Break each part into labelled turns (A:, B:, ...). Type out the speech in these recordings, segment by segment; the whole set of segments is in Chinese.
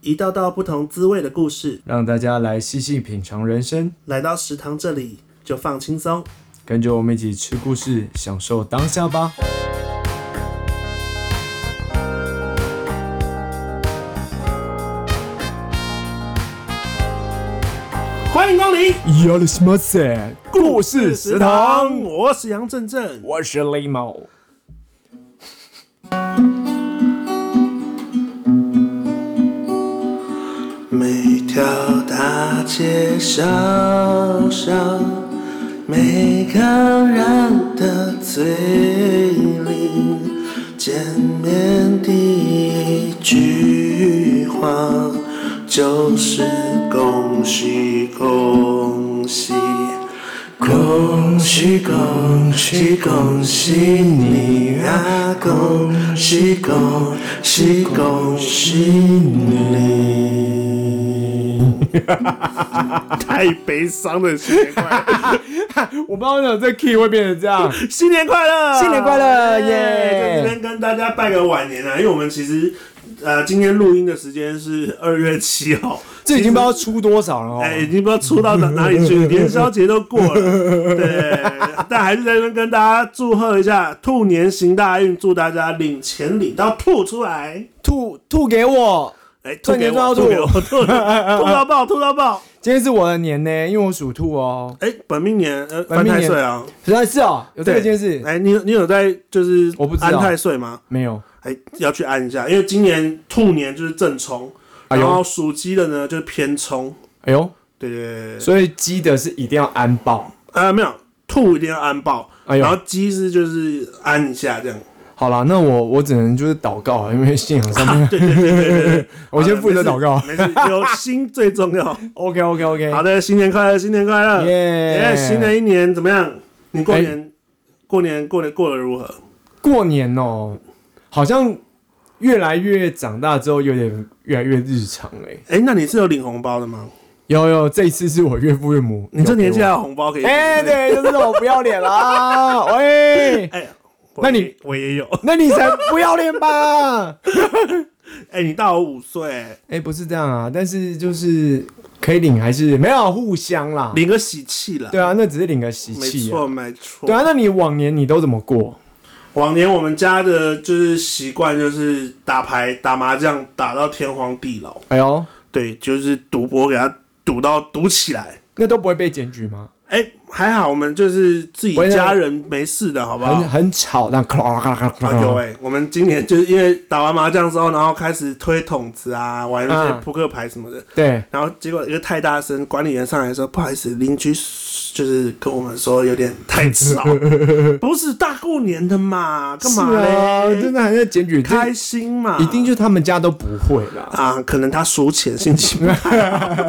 A: 一道道不同滋味的故事。
B: 让大家来细细品尝人生，
A: 来到食堂这里就放轻松。
B: 跟着我们一起吃故事，享受当下吧。
A: 欢迎光临
B: y o l i s m a s e 故事食堂，
A: 我是杨正正。
B: 我是雷某。
A: 每条大街小巷，每个人的嘴里，见面第一句话就是恭喜恭喜，恭喜恭喜恭喜你啊，恭喜恭喜恭喜你！太悲伤了，新年快乐！
B: 我不知道为什么这 key 会变成这样。
A: 新年快乐！
B: 新年快乐
A: 在这
B: 耶
A: 边跟大家拜个晚年啊，因为我们其实呃今天录音的时间是二月七号，
B: 这已经不知道出多少了哦。
A: 哎、已经不知道出到哪哪里去，元宵节都过 了，对，但还是在这边跟大家祝贺一下，兔年行大运，祝大家领钱领到吐出来，
B: 吐吐给我！
A: 哎、吐给
B: 赚
A: 我，
B: 钱
A: 吐给
B: 赚
A: 我，吐
B: 到
A: 吐到爆，吐到爆，
B: 今天是我的年呢，因为我属兔哦。
A: 哎、本命年呃，
B: 本
A: 犯
B: 命
A: 太
B: 年
A: 岁啊，
B: 实在是哦，有这个件事
A: 哎、你有你有在就是
B: 我不知道
A: 安太岁吗？
B: 没有？
A: 哎、要去安一下，因为今年兔年就是正冲，
B: 哎
A: 然后
B: 呦，
A: 属鸡的呢就是偏冲，
B: 哎呦，
A: 对对对对对，
B: 所以鸡的是一定要安爆。
A: 啊没有兔一定要安爆，
B: 哎
A: 然后
B: 呦，
A: 鸡是就是安一下这样，
B: 好啦，那我我只能就是祷告 啊，因为信仰上面，
A: 对对对对对，
B: 我先负责祷告。
A: 没事，没事有心最重要。
B: OK OK OK，
A: 好的，新年快乐，新年快乐，
B: 耶哎
A: 耶！新的一年怎么样？你过年过年过年过得如何？
B: 过年哦，好像越来越长大之后，有点越来越日常哎、
A: 哎，那你是有领红包的吗？
B: 有有，这一次是我岳父岳母。
A: 你这年纪还
B: 啊？
A: 有红包可以领？
B: 哎、 对，就是我不要脸啦！喂，
A: 哎，我
B: 那你
A: 我也有。
B: 那你才不要脸吧？
A: 哎，你大我五岁，
B: 哎、不是这样啊，但是就是可以领还是没有互相啦。
A: 领个喜气了。
B: 对啊，那只是领个喜
A: 没
B: 气、啊。
A: 错，没错。
B: 对啊，那你往年你都怎么过？
A: 往年我们家的就是习惯就是打牌、打麻将，打到天荒地老。
B: 哎呦，
A: 对，就是赌博给他赌到赌起来。
B: 那都不会被检举吗？
A: 哎、还好我们就是自己
B: 喂那
A: 家人没事的，好不好
B: 很？嗯很吵，那咔啦咔啦咔啦咔
A: 啊，有
B: 啦。
A: 哎、我们今年就是因为打完麻将之后，然后开始推筒子啊，玩一些
B: 嗯
A: 扑克牌什么的，
B: 对，
A: 然后结果一个太大声，管理员上来说不好意思，邻居就是跟我们说有点太 吵，不是大过年的嘛，干嘛
B: 是啊，
A: 嘞？
B: 真的还在检举，这
A: 开心嘛，
B: 一定就他们家都不会啦。
A: 啊，可能他输钱心情不好，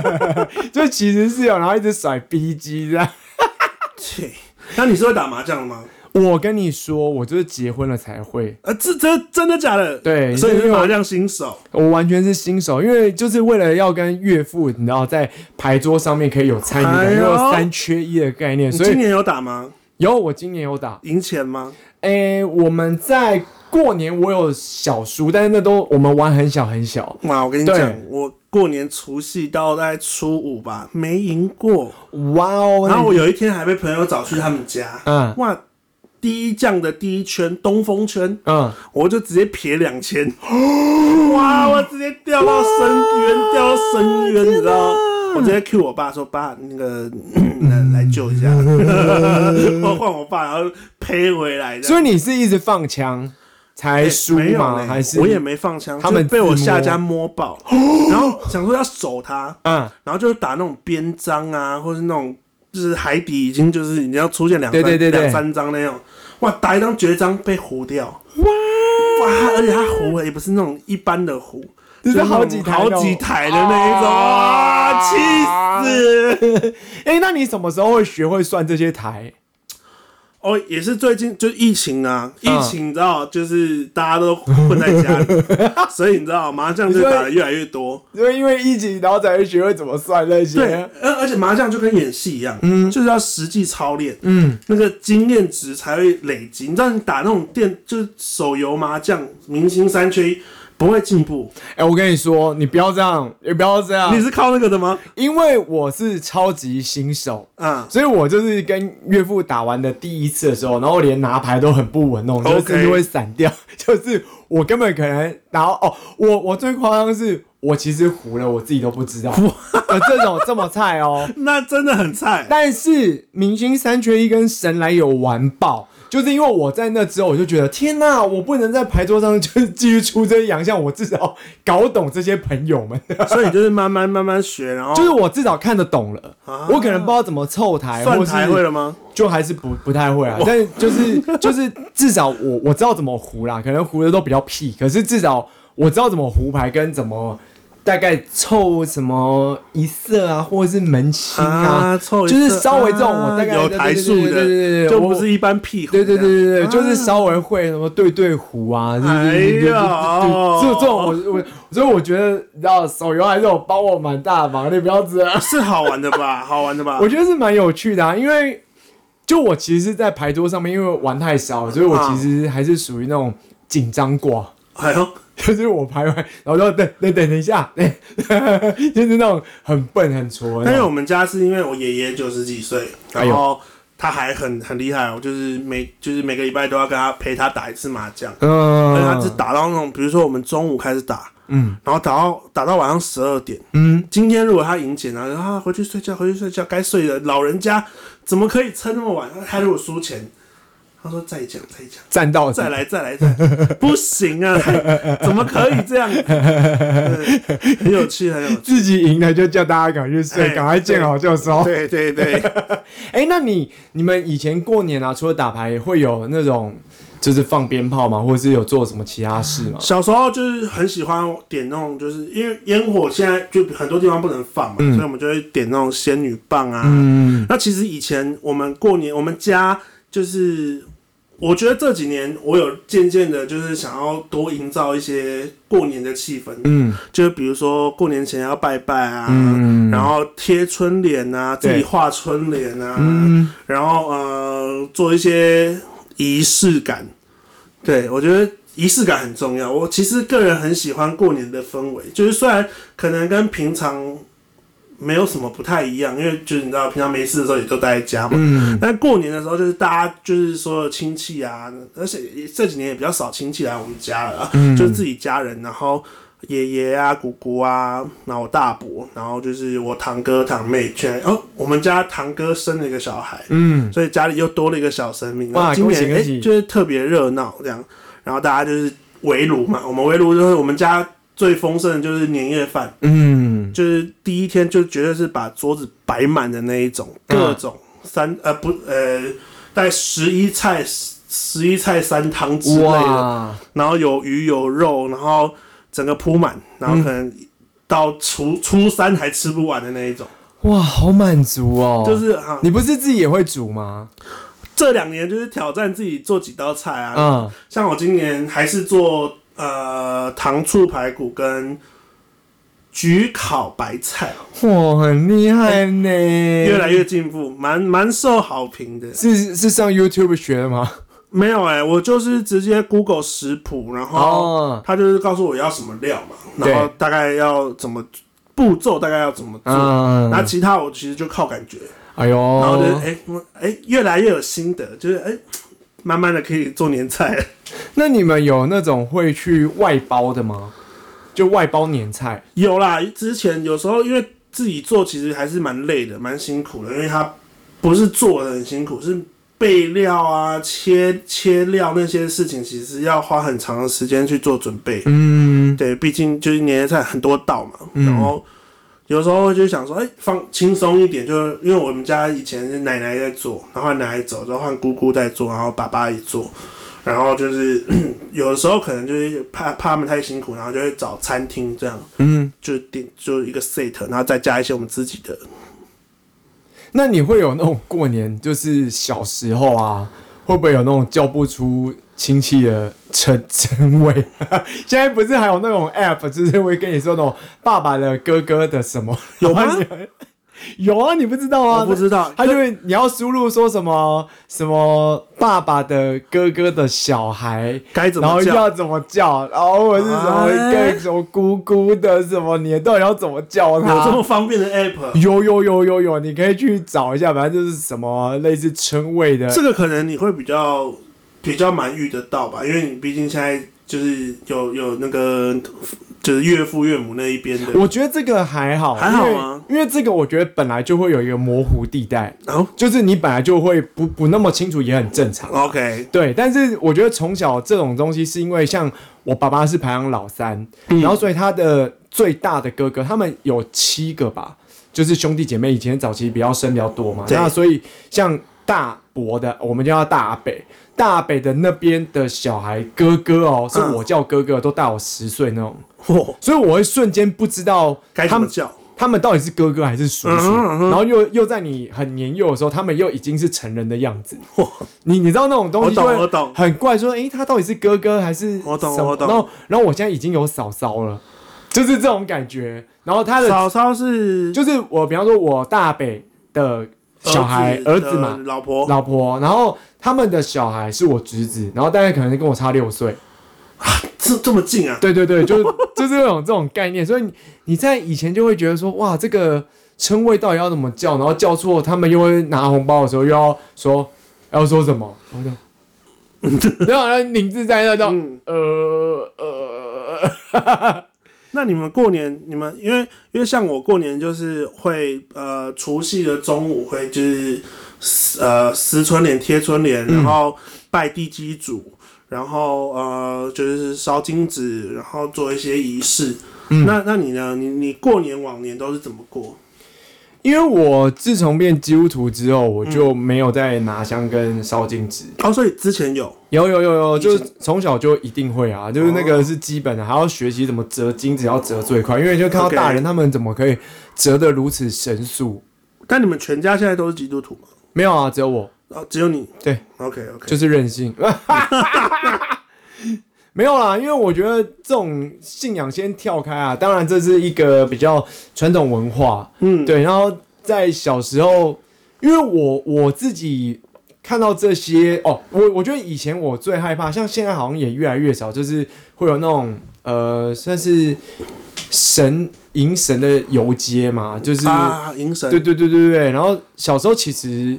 B: 就其实是有，然后一直甩逼机这样。
A: 对那你是会打麻将的吗？
B: 我跟你说，我就是结婚了才会，
A: 呃，这这真的假的？
B: 对
A: 所以你
B: 因
A: 是
B: 为我
A: 麻将新手。
B: 我完全是新手，因为就是为了要跟岳父，你知道在牌桌上面可以有参与
A: 哎
B: 感，
A: 呦
B: 又有三缺一的概念，
A: 你
B: 所
A: 今
B: 以
A: 年有打吗？
B: 有我今年有打。
A: 赢钱吗？
B: 诶、我们在过年我有小输，但是那都我们玩很小很小，
A: 哇，我跟你
B: 对
A: 讲，我过年除夕到大概初五吧，没赢过。
B: 哇哦！
A: 然后我有一天还被朋友找去他们家，
B: 嗯
A: 哇，第一将的第一圈东风圈，
B: 嗯，
A: 我就直接撇两 千，哇，我直接掉到深渊，掉到深渊，你知道吗？我直接 Q 我爸说：“爸，那个 来来救一下。” 我换我爸，然后赔回来的。
B: 所以你是一直放枪才输
A: 没有
B: 吗？
A: 嘞
B: 还是
A: 我也没放枪，
B: 他们
A: 就被我
B: 自摸
A: 下家摸爆， 然后想说要守他，
B: 嗯，
A: 然后就是打那种边章啊，或是那种就是海底已经就是你要出现两三
B: 对对对对
A: 两三张那种，哇，打一张绝章被糊掉，哇而且它糊了也不是那种一般的糊，
B: 就是
A: 那种
B: 好几台
A: 好
B: 那种
A: 几台的那一种，哇，气死！
B: 哎、那你什么时候会学会算这些台？
A: 哦，也是最近就是疫情啊，疫
B: 嗯
A: 情你知道，就是大家都混在 家里，所以你知道麻将就打的越来越多。
B: 因为因为疫情，然后才会学会怎么算那些。
A: 对，哎而而且麻将就跟演戏一样，嗯，就是要实际操练，嗯，那个经验值才会累积。你知道你打那种电就是手游麻将，明星三缺一，不会进步。
B: 哎、我跟你说，你不要这样，也不要这样
A: 你，是靠那个的吗？
B: 因为我是超级新手，
A: 啊，
B: 所以我就是跟岳父打完的第一次的时候，然后连拿牌都很不稳弄，就是
A: OK
B: 甚至会散掉， 就是我根本可能然后哦，我我最夸张的是我其实糊了，我自己都不 知道，呃，这种这么菜哦。
A: 那真的很 菜。
B: 但是明星三缺一跟神来有完爆，就是因为我在那之后，我就觉得天呐，我不能在牌桌上就是继续出这些洋相，我至少搞懂这些朋友们，
A: 所以你就是慢慢慢慢学，然后
B: 就是我至少看得懂了。
A: 啊
B: 我可能不知道怎么凑台，
A: 算
B: 或是
A: 台会了吗？
B: 就还是不不太会啊，但就是 就是至少我我知道怎么胡啦，可能胡的都比较屁，可是至少我知道怎么胡牌跟怎么大概凑什么一色啊，或者是门清啊，
A: 啊，凑一
B: 就是
A: 次
B: 稍微这种
A: 啊
B: 我大概
A: 有台数的，
B: 对对对对对
A: 就
B: 我
A: 不是一般屁股。
B: 对对对对对，
A: 啊
B: 就是稍微会什么对对胡啊，就是
A: 哎
B: 对对对对
A: 呦
B: 这这种我我所以我觉得你知道手游还是有帮我蛮大的忙，你不要这样。
A: 是好玩的吧？好玩的吧？
B: 我觉得是蛮有趣的啊，因为就我其实是在牌桌上面，因为玩太少了，所以我其实
A: 嗯
B: 还是属于那种紧张挂，
A: 哎呦，
B: 就是我排完，然后就等等等一下， 对，就是那种很笨很挫的
A: 但
B: 那
A: 是我
B: 种。
A: 们家是因为我爷爷九十几岁，
B: 啊哎
A: 然
B: 呦
A: 后他还很很厉害，我就是每就是每个礼拜都要跟他陪他打一次麻将，而且他是
B: 嗯
A: 打到那种，比如说我们中午开始打，
B: 嗯
A: 然后打到打到晚上十二点。
B: 嗯，
A: 今天如果他赢钱了，然后啊回去睡觉，回去睡觉，该睡了。老人家怎么可以撑那么晚？他如果输钱，他说再讲再讲。
B: 站到
A: 再来再来再来， 不行啊！ 怎么可以这 样子？对很有趣，很有趣。
B: 自己赢了就叫大家赶快去睡，
A: 哎
B: 赶快见好就收。
A: 对对对，
B: 哎、那你你们以前过年啊，除了打牌，会有那种就是放鞭炮吗？或者是有做什么其他事吗？
A: 小时候就是很喜欢点那种，就是因为烟火现在就很多地方不能放嘛，所以我们就会点那种仙女棒啊。
B: 嗯，
A: 那其实以前我们过年，我们家就是，我觉得这几年我有渐渐的，就是想要多营造一些过年的气氛，
B: 嗯，
A: 就是比如说过年前要拜拜啊，
B: 嗯
A: 然后贴春联啊，自
B: 对
A: 己画春联啊，
B: 嗯
A: 然后呃做一些仪式感。对我觉得仪式感很重要。我其实个人很喜欢过年的氛围，就是虽然可能跟平常没有什么不太一样，因为就是你知道平常没事的时候也都待在家嘛。
B: 嗯，
A: 但过年的时候，就是大家就是所有亲戚啊，而且这几年也比较少亲戚来我们家了啊，
B: 嗯
A: 就是自己家人，然后爷爷啊、姑姑啊，然后我大伯，然后就是我堂哥堂妹，全哦，我们家堂哥生了一个小孩，
B: 嗯，
A: 所以家里又多了一个小生命。
B: 哇
A: 然后今年
B: 恭喜
A: 哎
B: 恭喜
A: 就是特别热闹这样，然后大家就是围炉嘛，我们围炉就是我们家最丰盛的就是年夜饭，
B: 嗯，
A: 就是第一天就绝对是把桌子摆满的那一种，
B: 嗯
A: 各种三呃不呃，大概十一菜十一菜三汤之类的，
B: 哇，
A: 然后有鱼有肉，然后整个铺满，然后可能到初初三还吃不完的那一种，
B: 哇，好满足哦！
A: 就是啊，
B: 你不是自己也会煮吗？
A: 这两年就是挑战自己做几道菜啊，
B: 嗯，
A: 像我今年还是做呃糖醋排骨跟焗烤白菜，
B: 哇，很厉害呢！
A: 越
B: 越
A: 来越进步，蛮蛮受好评的。
B: 是是上 YouTube 学的吗？
A: 没有哎、我就是直接 Google 食谱，然后
B: 哦，
A: 他就是告诉我要什么料嘛，
B: 对
A: 然后大概要怎么步骤，大概要怎么做。
B: 嗯
A: 那，其他我其实就靠感觉，
B: 哎呦，
A: 然后就是哎嗯哎越来越有心得，就是哎慢慢的可以做年菜 了。
B: 那你们有那种会去外包的吗？就外包年菜？
A: 有啦，之前有时候因为自己做其实还是蛮累的，蛮辛苦的，因为它不是做的很辛苦，是备料啊、切切料那些事情，其实要花很长的时间去做准备。
B: 嗯，
A: 对，毕竟就是年夜菜很多道嘛，
B: 嗯
A: 然后有时候就想说，哎、放轻松一点，就是因为我们家以前是奶奶在做，然后奶奶走之后换姑姑在做，然后爸爸也做，然后就是 有的时候可能就是怕怕他们太辛苦，然后就会找餐厅这样，
B: 嗯，
A: 就点就一个 set，然后再加一些我们自己的。
B: 那你会有那种过年就是小时候啊，会不会有那种叫不出亲戚的称称谓？ 现在不是还有那种 app，就是会跟你说那种爸爸的哥哥的什么？
A: 有吗
B: 然后你 有啊，你不知道啊？
A: 我不知道
B: 他就会你要输入说什么什么爸爸的哥哥的小孩
A: 该怎么
B: 然后
A: 叫
B: 要怎么叫，然后我是什么
A: 哎
B: 跟什么姑姑的什么，你到底要怎么叫
A: 有这么
B: 他？
A: 方便的 app，
B: 有有有有有，你可以去找一下，反正就是什么类似称谓的
A: 这个可能你会比较比较蛮遇得到吧，因为你毕竟现在就是有有那个就是岳父岳母那一边的，
B: 我觉得这个还好，
A: 还好吗
B: 因为？因为这个我觉得本来就会有一个模糊地带，
A: 然后
B: 就是你本来就会不不那么清楚，也很正常。
A: OK，
B: 对，但是我觉得从小这种东西，是因为像我爸爸是排行老三，
A: 嗯
B: 然后所以他的最大的哥哥，他们有七个吧，就是兄弟姐妹。以前早期比较生比较多嘛，
A: 对
B: 那所以像大伯的，我们叫他大北，大北的那边的小孩哥哥哦，是
A: 嗯
B: 我叫哥哥，都大我十岁那种，
A: 嚯，
B: 所以我会瞬间不知道
A: 该
B: 他
A: 怎么
B: 们
A: 叫？
B: 他们到底是哥哥还是叔叔？
A: 嗯哼嗯哼
B: 然后又又在你很年幼的时候，他们又已经是成人的样子
A: 哇。
B: 你你知道那种东西就
A: 我懂
B: 会
A: 我懂
B: 很怪，说诶，他到底是哥哥还是
A: 我懂
B: 什么
A: 我懂
B: 然后然后我现在已经有嫂嫂了，就是这种感觉。然后他的
A: 嫂嫂是
B: 就是我，比方说我大北的小孩儿子嘛
A: 的，老婆
B: 老婆，然后他们的小孩是我侄子，然后大概可能跟我差六岁。
A: 这这么近啊？
B: 对对对， 就是就是这种这种概念，所以你你在以前就会觉得说，哇，这个称谓到底要怎么叫？然后叫错，他们又会拿红包的时候又要说要说什么？我就 然后然后宁志在那叫、
A: 嗯
B: 呃呃，
A: 那你们过年，你们因为因为像我过年就是会呃除夕的中午会就是撕呃撕春联贴春联，
B: 嗯
A: 然后拜地基主，然后呃就是烧金纸，然后做一些仪式。
B: 嗯
A: 那那你呢？你你过年往年都是怎么过？
B: 因为我自从变基督徒之后，我就没有再拿香跟烧金纸。
A: 哦，所以之前有
B: 有有有有，就是从小就一定会啊，就是那个是基本的，还要学习怎么折金纸，要折最快，因为就看到
A: OK
B: 大人他们怎么可以折得如此神速。
A: 但你们全家现在都是基督徒吗？
B: 没有啊，只有我，
A: 哦，只有你。
B: 对
A: ，OK OK，
B: 就是任性。 没有啦，因为我觉得这种信仰先跳开啊，当然这是一个比较传统文化，
A: 嗯，
B: 对。然后在小时候，因为我我自己看到这些哦，我我觉得以前我最害怕，像现在好像也越来越少，就是会有那种呃，算是神迎神的游街嘛，就是、
A: 啊，迎神，
B: 对对对对对。然后小时候其实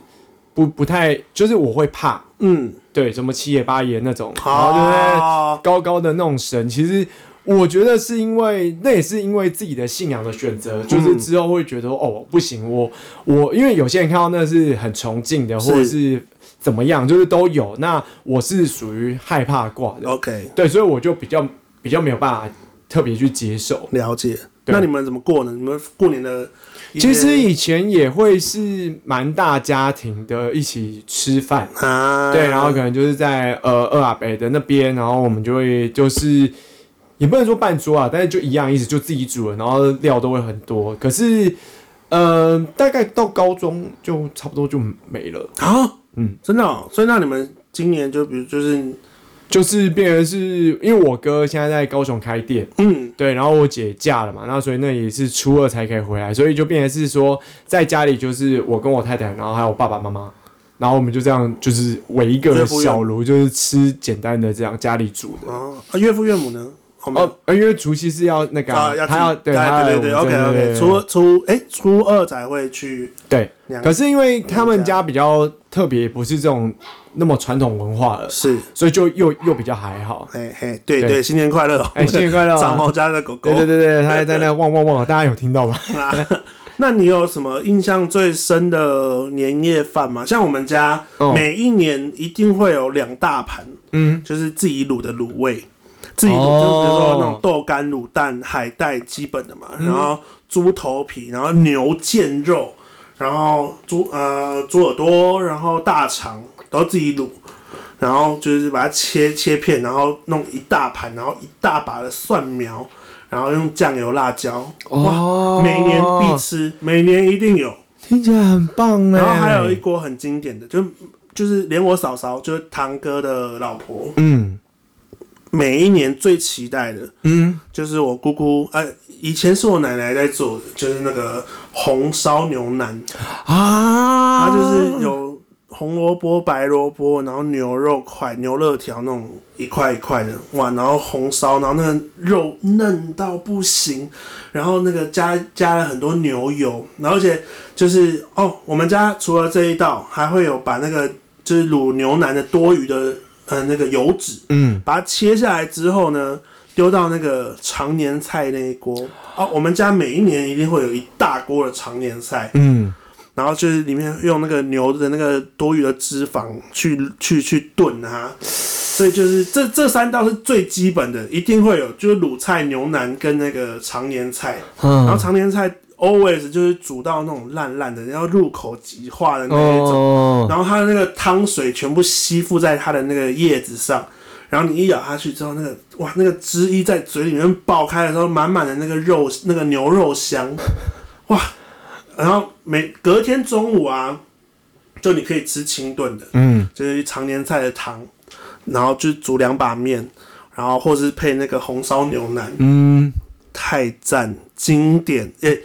B: 不不太，就是我会怕，
A: 嗯，
B: 对，什么七爷八爷那种，
A: 啊
B: 然后就在
A: 好，
B: 高高的那种神，其实。我觉得是因为那也是因为自己的信仰的选择，就是之后会觉得哦不行，我我因为有些人看到那是很崇敬的，
A: 是
B: 或者是怎么样，就是都有。那我是属于害怕挂的，
A: OK，
B: 对，所以我就比较比较没有办法特别去接受。
A: 了解。
B: 对
A: 那你们怎么过呢？你们过年的一些
B: 其实以前也会是蛮大家庭的，一起吃饭，
A: 啊，
B: 对，然后可能就是在呃二阿北的那边，然后我们就会就是也不能说半桌啊，但是就一样意思，就自己煮了，然后料都会很多。可是呃，大概到高中就差不多就没了，
A: 啊，
B: 嗯
A: 嗯，真的、哦，所以那你们今年就比如就是
B: 就是变成是因为我哥现在在高雄开店，
A: 嗯，
B: 对，然后我姐嫁了嘛，那所以那也是初二才可以回来，所以就变成是说在家里就是我跟我太太，然后还有我爸爸妈妈，然后我们就这样就是围一个
A: 岳父岳母
B: 小炉，就是吃简单的这样家里煮的。
A: 哦、啊，岳父岳母呢？好吗？
B: 哦，呃因为除夕是要那个啊、
A: 啊，要
B: 他要
A: 对
B: 对他
A: 对对
B: 要
A: ，OK
B: 对
A: OK，
B: 对
A: 初初哎初二才会去
B: 对。
A: 两
B: 可是因为他们家比较特别，不是这种那么传统文化了，
A: 是，
B: 所以就又又比较还好。
A: 嘿嘿，对
B: 对
A: 对，新年快乐，哦
B: 哎，新年快乐啊！
A: 长毛家的狗狗，
B: 对对对对，他还在那汪汪汪，大家有听到吗？
A: 啊，那你有什么印象最深的年夜饭吗？像我们家、
B: 哦
A: 每一年一定会有两大盘，
B: 嗯，
A: 就是自己卤的卤味，自己卤、
B: 哦
A: 就比如说那种豆干、卤蛋、海带基本的嘛，
B: 嗯
A: 然后猪头皮，然后牛腱肉，然后猪呃猪耳朵，然后大肠都自己卤。然后就是把它切切片，然后弄一大盘，然后一大把的蒜苗，然后用酱油、辣椒，
B: 哦
A: 每年必吃，每年一定有。
B: 听起来很棒哎。
A: 然后还有一锅很经典的，就就是连我嫂嫂，就是堂哥的老婆，
B: 嗯，
A: 每一年最期待的，嗯，就是我姑姑，呃，以前是我奶奶在做的，就是那个红烧牛腩，
B: 啊，
A: 它就是有红萝卜、白萝卜，然后牛肉块、牛肉条那种一块一块的，哇，然后红烧，然后那个肉嫩到不行，然后那个加加了很多牛油，然后而且就是哦，我们家除了这一道，还会有把那个就是卤牛腩的多余的呃那个油脂，嗯，把它切下来之后呢。丢到那个常年菜那一锅啊，我们家每一年一定会有一大锅的常年菜，
B: 嗯，
A: 然后就是里面用那个牛的那个多余的脂肪去去去炖它，所以就是这这三道是最基本的，一定会有，就是卤菜、牛腩跟那个常年菜，然后
B: 嗯，
A: 常年菜 always 就是煮到那种烂烂的，然后入口即化的那一种，
B: 哦，
A: 然后它的那个汤水全部吸附在它的那个叶子上，然后你一咬下去之后，那个哇，那个汁液在嘴里面爆开的时候，满满的那个肉，那个牛肉香，哇！然后每隔天中午啊，就你可以吃清炖的，
B: 嗯，
A: 就是常年菜的汤，然后就煮两把面，然后或是配那个红烧牛腩，
B: 嗯，
A: 太赞，经典诶。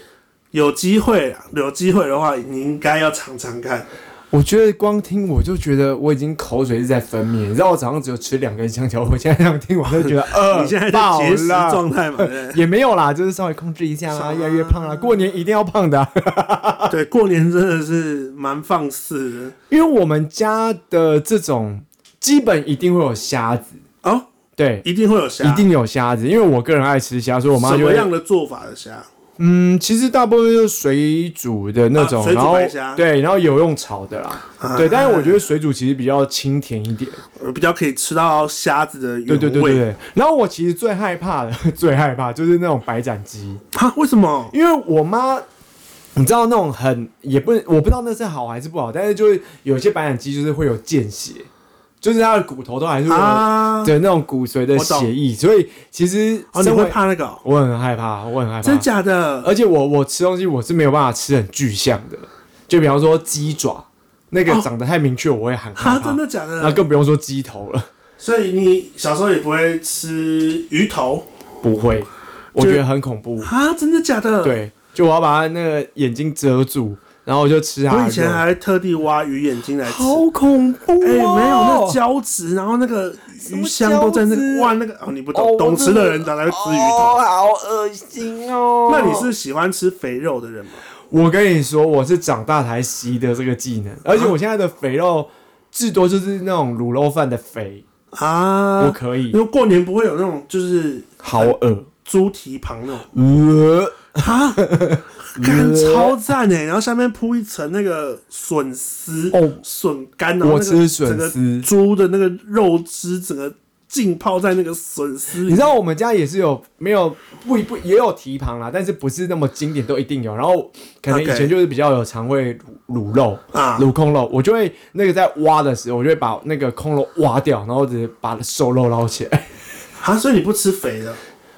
A: 有机会啊，有机会的话，你应该要尝尝看。
B: 我觉得光听我就觉得我已经口水是在分泌，你知道我早上只有吃两根香蕉，我现在这样听我就觉得饿，
A: 你现在在
B: 爆
A: 节食
B: 了
A: 状态嘛？对不 对
B: 也没有啦，就是稍微控制一下啦，
A: 啥
B: 越来越胖啦。过年一定要胖的啊、
A: 对，过年真的是蛮放肆
B: 因为我们家的这种基本一定会有虾子，
A: 的哦，
B: 对，
A: 一定会有虾。
B: 一定有虾子。因为我个人爱吃虾，所以我妈
A: 什
B: 就
A: 么
B: 会
A: 样的做法的虾？
B: 嗯，其实大部分就是水煮的那种，
A: 啊水煮
B: 然后
A: 白虾
B: 对，然后有用炒的啦，
A: 啊
B: 对。但是我觉得水煮其实比较清甜一点，
A: 呃比较可以吃到虾子的原
B: 对
A: 味。
B: 对对对对。然后我其实最害怕的， 最害怕就是那种白斩鸡，
A: 哈，啊为什么？
B: 因为我妈。你知道那种很也不能，我不知道那是好还是不好，但是就是有些白斩鸡就是会有见血，就是它的骨头都还是会有
A: 啊，
B: 对那种骨髓的
A: 我懂
B: 血液，所以其实
A: 哦，你
B: 身为
A: 会怕那个哦？
B: 我很害怕，我很害
A: 真
B: 怕，
A: 假的？
B: 而且我我吃东西我是没有办法吃很具象的，就比方说鸡爪那个
A: 哦
B: 长得太明确，我会很害
A: 哈，
B: 怕
A: 真，的假
B: 那
A: 的？
B: 更不用说鸡头了，
A: 所以你小时候也不会吃鱼头
B: 不会，我觉得很恐怖，
A: 啊？真的假 的？，
B: 对，就我要把它那个眼睛遮住，然后我就吃它
A: 我
B: 的
A: 以前
B: 肉，
A: 还特地挖鱼眼睛来吃。
B: 好恐怖哦，
A: 哎、没有那胶质，然后那个
B: 么
A: 鱼香都在那
B: 胶质
A: 个哇，那个哦，你不
B: 哦
A: 懂，
B: 我
A: 懂吃
B: 真的
A: 的人哪来会吃鱼头？
B: 哦，好恶心哦，
A: 那你是喜欢吃肥肉的人吗？
B: 我跟你说，我是长大才习得这个技能，而且我现在的肥肉至多就是那种卤肉饭的肥，我
A: 啊，
B: 可以
A: 因，为过年不会有那种就是
B: 好恶，
A: 猪蹄膀那种
B: 呃，
A: 啊， 干超赞哎！然后下面铺一层那个笋丝
B: 哦、
A: 笋干，然后
B: 我
A: 那
B: 吃
A: 个
B: 笋
A: 整个
B: 丝
A: 猪的那个肉汁整个浸泡在那个笋丝
B: 你
A: 里
B: 知。道我们家也是有没有不不也有蹄膀啦，但是不是那么经典都一定有，然后可能以
A: OK
B: 前就是比较有常会卤卤肉
A: 啊
B: 卤空肉，我就会那个在挖的时候，我就会把那个空肉挖掉，然后直接把瘦肉捞起来。
A: 啊，所以你不吃肥的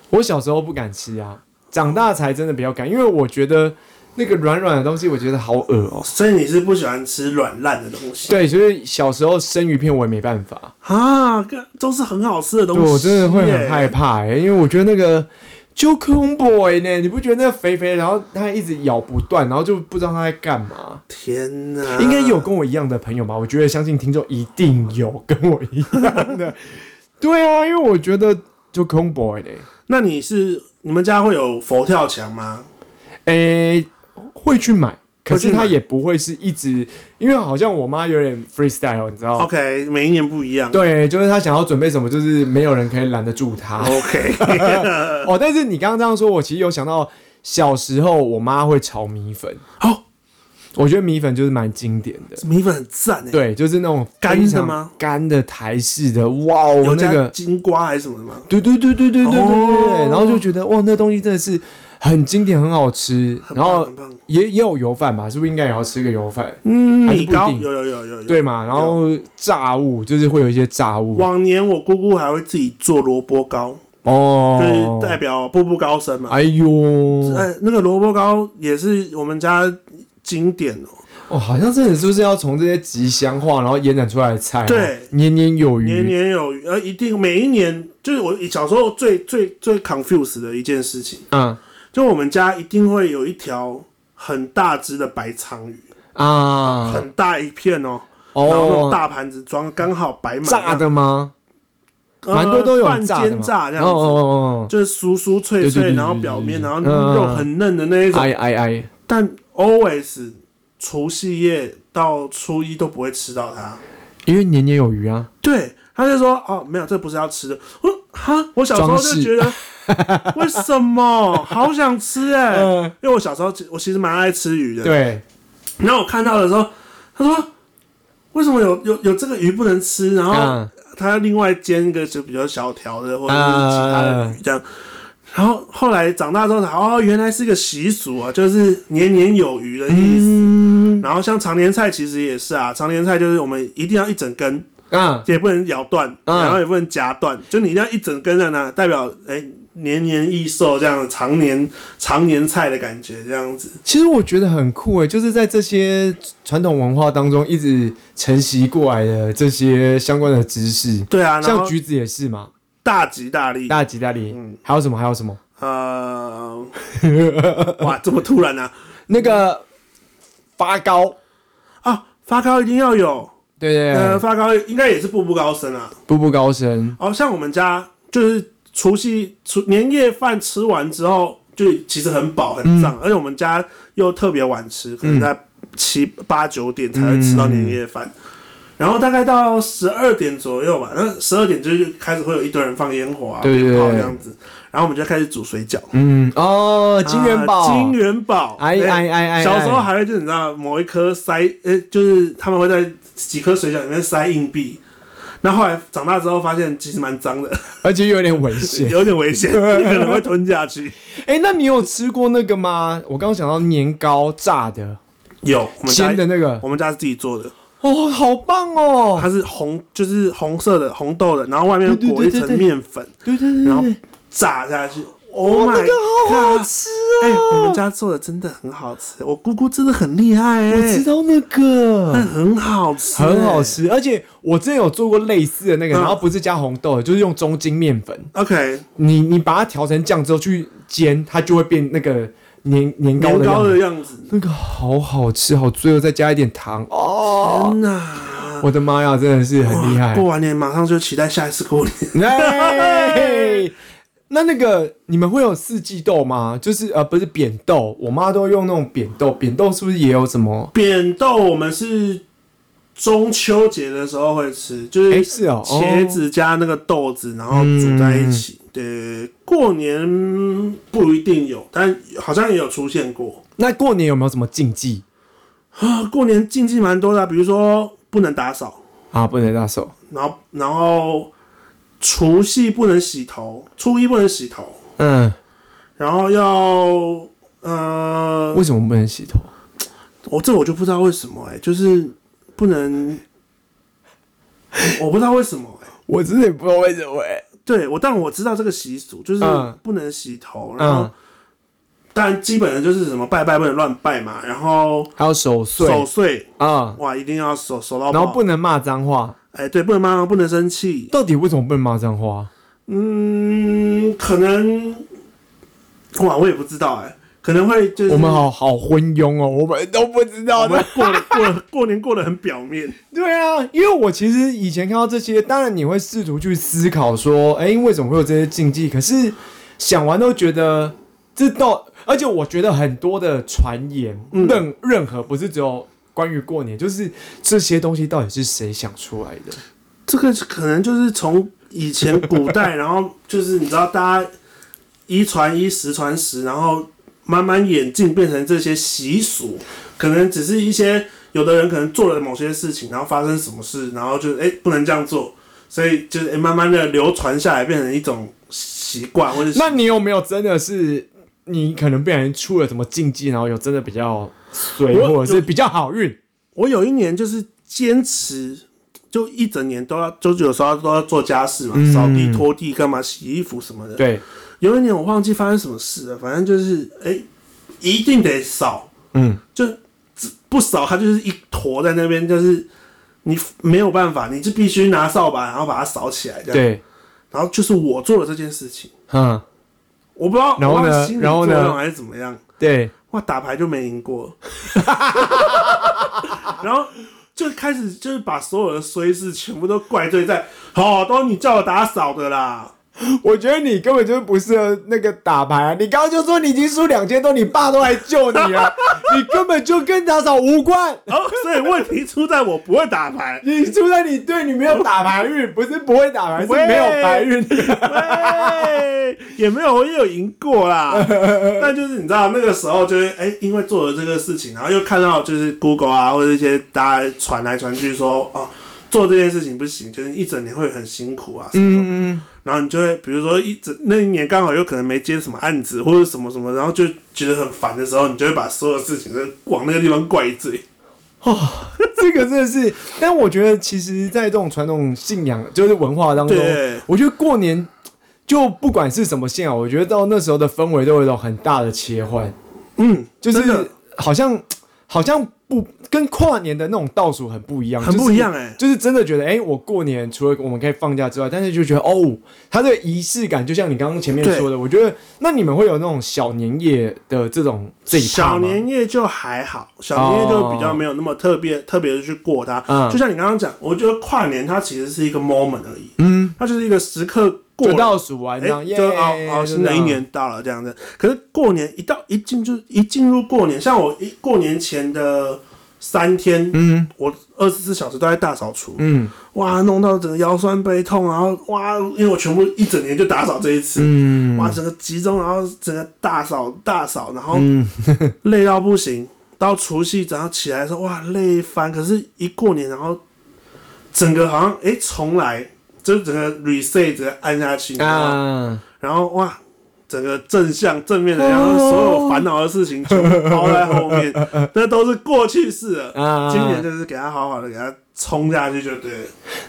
B: 我小时候不敢吃啊，长大才真的比较敢，因为我觉得那个软软的东西，我觉得好恶哦、
A: 所以你是不喜欢吃软烂的东西
B: 对，所以小时候生鱼片我也没办法，
A: 啊？干都是很好吃的东
B: 对
A: 西耶，
B: 我真的会很害怕、欸，因为我觉得那个就 combo 呢、你不觉得那肥肥，然后它一直咬不断，然后就不知道它在干嘛？
A: 天哪，
B: 应该有跟我一样的朋友吧？我觉得相信听众一定有跟我一样的。 对啊，因为我觉得就 combo 呢、
A: 那你是你们家会有佛跳墙吗？
B: 诶、欸会去买，可是
A: 会去
B: 它
A: 买
B: 也不会是一直，因为好像我妈有点 freestyle，你知道。
A: OK，每一年不一样。
B: 哦对，就是她想要准备什么，就是没有人可以拦得住她。
A: OK，
B: 哦，但是你刚刚这样说，我其实有想到小时候我妈会炒米粉，
A: 哦，
B: 我觉得米粉就是蛮经典的。
A: 米粉很赞欸诶，
B: 对，就是那种
A: 干的
B: 非常
A: 吗
B: 干的台式的，哇哦
A: 有，
B: 那
A: 加
B: 个，
A: 金瓜还是什么的吗？
B: 对对对对对对对对对，
A: 哦
B: 然后就觉得哇，那东西真的是很经典，很好吃。
A: 很
B: 然
A: 棒
B: 后
A: 很棒。
B: 也也有油饭吧，是不是应该也要吃个油饭？
A: 嗯，
B: 还是
A: 米
B: 不一
A: 糕
B: 定
A: 有有有有有。
B: 对嘛？然后炸物就是会有一些炸物
A: 往年我姑姑还会自己做萝卜糕，就是代
B: 哦，
A: 表步步高升嘛。
B: 哎呦，
A: 呃，那个萝卜糕也是我们家经典哦，
B: 哦，好像真的就是要从这些吉祥话，然后延展出来的菜，
A: 对
B: 年年有余，
A: 年年有余，呃，一定每一年就是我小时候最最最 confuse 的一件事情，
B: 嗯
A: 就我们家一定会有一条很大只的白鲳鱼，
B: 啊，
A: 很大一片哦，然后那种
B: 哦，
A: 大盘子装，刚好摆满
B: 炸的吗？
A: 呃
B: 蛮多都有
A: 半
B: 炸的
A: 煎
B: 嘛，
A: 炸这样
B: 哦
A: 子，
B: 哦哦
A: 就是酥酥脆
B: 对对对
A: 脆，
B: 对
A: 然后
B: 对对
A: 表面
B: 对
A: 然后
B: 嗯
A: 肉很嫩的那一
B: 哦，
A: 种，
B: 哎哎哎，
A: 但 always 除夕夜到初一都不会吃到它。
B: 因为年年有余啊，
A: 对，他就说哦，没有，这不是要吃的。我说哈，我小时候
B: 装
A: 就
B: 饰
A: 觉得为什么好想吃哎、
B: 嗯
A: 因为我小时候其我其实蛮爱吃鱼的。，
B: 对，
A: 然后我看到的时候，他说为什么有有有这个鱼不能吃？然后
B: 嗯
A: 他要另外煎一个就比较小条的或者是其他的鱼这
B: 啊
A: 样。然后后来长大之后才，哦，原来是个习俗啊，就是年年有余的意思。
B: 嗯
A: 然后像常年菜其实也是啊，常年菜就是我们一定要一整根，
B: 啊，
A: 也不能咬断，
B: 嗯
A: 然后也不能夹断，就你一定要一整根在那，代表哎、年年益寿这样，常年常年菜的感觉这样子。
B: 其实我觉得很酷诶，就是在这些传统文化当中一直承袭过来的这些相关的知识，
A: 对啊，然
B: 像
A: 后
B: 橘子也是嘛，
A: 大吉大利，
B: 大吉大利，
A: 嗯
B: 还有什么还有什么？
A: 呃，哇，这么突然啊！
B: 那个发糕，
A: 啊，发糕一定要有，
B: 对对
A: 呃，
B: 对，
A: 发糕应该也是步步高升啊。
B: 步步高升，
A: 哦，像我们家就是除夕除年夜饭吃完之后，就其实很饱很
B: 嗯
A: 胀，而且我们家又特别晚吃，可能在七八九点才会吃到年夜饭。
B: 嗯
A: 然后大概到十二点左右吧，那十二点就是开始会有一堆人放烟火啊、
B: 对对
A: 鞭炮
B: 对
A: 这样子，然后我们就开始煮水饺。
B: 嗯哦，金元宝，
A: 啊金元宝，
B: 哎
A: 对
B: 哎哎哎
A: 小时候还会就你知道某一颗塞，呃、就是他们会在几颗水饺里面塞硬币，那后来长大之后发现其实蛮脏的，
B: 而且又有点 危险。
A: 有点危 险，你可能会吞下去。
B: 哎、那你有吃过那个吗？我刚刚想到年糕炸的、
A: 有，我们家
B: 煎的那个，
A: 我们家是自己做的，
B: 哦，好棒哦！
A: 它是红，就是红色的红豆的，然后外面
B: 对对
A: 裹一
B: 对对
A: 层
B: 对
A: 面粉，
B: 对对对
A: 然后
B: 对，
A: 炸下去。Oh
B: 哇
A: my
B: 那个好好
A: god！
B: 吃
A: 哎、我
B: 哦！
A: 们家做的真的很好吃，我姑姑真的很厉害哎、
B: 我知道那
A: 但
B: 个。
A: 很好吃、哎
B: 很好。吃，而且我之前有做过类似的那个，
A: 嗯
B: 然后不是加红豆，就是用中筋面粉，
A: OK，
B: 你你把它调成酱之后去煎，它就会变那个年年糕
A: 年
B: 的
A: 糕
B: 样子
A: 的。样子，
B: 那个好好吃，好罪恶，再加一点糖哦！
A: 天呐！
B: 我的妈呀，真的是很厉害
A: 过。完年马上就期待下一次过年。
B: 哎那那个你们会有四季豆吗？就是呃，不是扁豆，我妈都用那种扁豆，扁豆是不是也有什么？
A: 扁豆我们是中秋节的时候会吃，就
B: 哎，
A: 是
B: 是哦，哦
A: 茄子加那个豆子，然后煮在一起。
B: 嗯
A: 对，过年不一定有，但好像也有出现过。
B: 那过年有没有什么禁忌
A: 啊，过年禁忌蛮多的啊，比如说不能打扫，
B: 啊？不能大手
A: 然后然后除夕不能洗头，初一不能洗头，
B: 嗯，
A: 然后要呃
B: 为什么不能洗头？
A: 我哦这我就不知道为什么哎、就是不能，我不知道为什么哎、
B: 我真的也不知道为什么哎。
A: 对我，但我知道这个习俗就是
B: 嗯
A: 不能洗头，然后
B: 嗯，
A: 但基本的就是什么拜拜不能乱拜嘛，然后
B: 还有守岁
A: 守岁
B: 啊，
A: 哇一定要守守到
B: 然后
A: 饱，
B: 不能骂脏话。
A: 哎、对，不能骂人，不能生气，
B: 到底为什么不能骂脏话？
A: 嗯，可能哇我也不知道哎、可能会就是
B: 我们好好昏庸哦，我们都不知道
A: 我们
B: 的。
A: 过得过得过年过得很表面，
B: 对啊，因为我其实以前看到这些，当然你会试图去思考说，哎、为什么会有这些禁忌？可是想完都觉得这到，而且我觉得很多的传言，任任何不是只有关于过年，就是这些东西到底是谁想出来的？
A: 这个可能就是从以前古代，然后就是你知道，大家一传一，十传十，然后慢慢演进变成这些习俗，可能只是一些有的人可能做了某些事情，然后发生什么事，然后就哎、不能这样做，所以就是、哎慢慢的流传下来，变成一种习惯或者是
B: 那你有没有真的是你可能被人出了什么禁忌，然后有真的比较随，
A: 我
B: 或者是比较好运？
A: 我有一年就是坚持，就一整年都要，就是有时候都要做家事嘛，扫地、拖地、干嘛、洗衣服什么的。
B: 对，
A: 有一年我忘记发生什么事了，反正就是哎、诶一定得扫，
B: 嗯，
A: 就不少，它就是一坨在那边，就是你没有办法，你就必须拿扫把，然后把它扫起来这样。
B: 对，
A: 然后就是我做了这件事情，
B: 嗯，
A: 我不知道
B: 然后
A: 我忘
B: 呢
A: 了心理
B: 然后呢
A: 作用还是怎么样，
B: 对，
A: 哇，打牌就没赢过， 然后。就开始就是把所有的衰事全部都怪罪在，哦，都你叫我打扫的啦，
B: 我觉得你根本就不适合那个打牌、啊。你刚刚就说你已经输两千多，你爸都来救你 了，你根本就跟打扫无关。。
A: 哦，所以问题出在我不会打牌
B: 你出在你对你没有打牌运，不是不会打牌，是
A: 喂
B: 没有牌运。
A: 喂，也没有，也有赢过 啦。但就是你知道那个时候，就是哎、因为做了这个事情，然后又看到就是 Google 啊，或者一些大家传来传去说哦，做这件事情不行，就是一整年会很辛苦啊。嗯，
B: 嗯，
A: 然后你就会比如说一整那一年刚好有可能没接什么案子或者什么什么，然后就觉得很烦的时候，你就会把所有事情都往那个地方怪罪。
B: 这个真的是，但我觉得其实，在这种传统信仰就是文化当中
A: 对，
B: 我觉得过年就不管是什么信仰，我觉得到那时候的氛围都有一种很大的切换，
A: 嗯，
B: 就是
A: 真的
B: 好像好像不跟跨年的那种倒数很不一样，
A: 很
B: 就是
A: 不一样哎
B: 就是真的觉得，哎、我过年除了我们可以放假之外，但是就觉得哦，它的仪式感，就像你刚刚前面
A: 对
B: 说的，我觉得那你们会有那种小年夜的这种这一趴
A: 小
B: 吗？
A: 年夜就还好，小年夜就比较没有那么特别，特别的去过它。
B: 哦嗯
A: 就像你刚刚讲，我觉得跨年它其实是一个 moment 而已，
B: 嗯，
A: 它就是一个时刻过
B: 就
A: 了，
B: 倒数完
A: 哎、
B: 这样，耶
A: 就熬熬新的一。
B: 这样
A: 年到了这样子。可是过年一到一进就一进入过年，像我一过年前的三天，
B: 嗯
A: 我二十四小时都在大扫除，
B: 嗯
A: 哇，弄到整个腰酸背痛，然后哇，因为我全部一整年就打扫这一次，
B: 嗯，
A: 哇，整个集中，然后整个大扫大扫，然后
B: 嗯
A: 累到不行。到除夕早上起来的时候，哇，累翻。可是，一过年，然后整个好像哎、诶重来，就是整个 reset 整个按下去，你知道吗
B: 啊，
A: 然后哇，整个正向正面
B: 哦
A: 的，然后所有烦恼的事情全部抛在后 面，那都是过去式了
B: 啊。
A: 今年就是给他好好的给他冲下去就对了。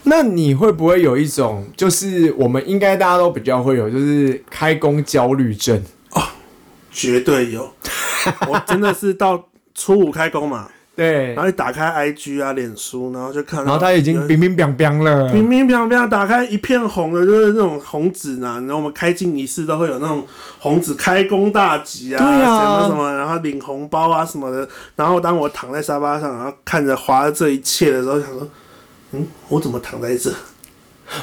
B: 那你会不会有一种，就是我们应该大家都比较会有，就是开工焦虑症？
A: 绝对 有。我真的是到初五开工嘛，
B: 对
A: 然，后一打开 IG 啊、脸书，然后就看到，
B: 然后他已经冰冰冰冰了，
A: 明明平平打开一片红的，就是那种红纸呢、然后我们开镜仪式都会有那种红纸开工大吉啊，
B: 对啊
A: 什么什么，然后领红包啊什么的。然后当我躺在沙发上，然后看着划着这一切的时候，想说，嗯，我怎么躺在这？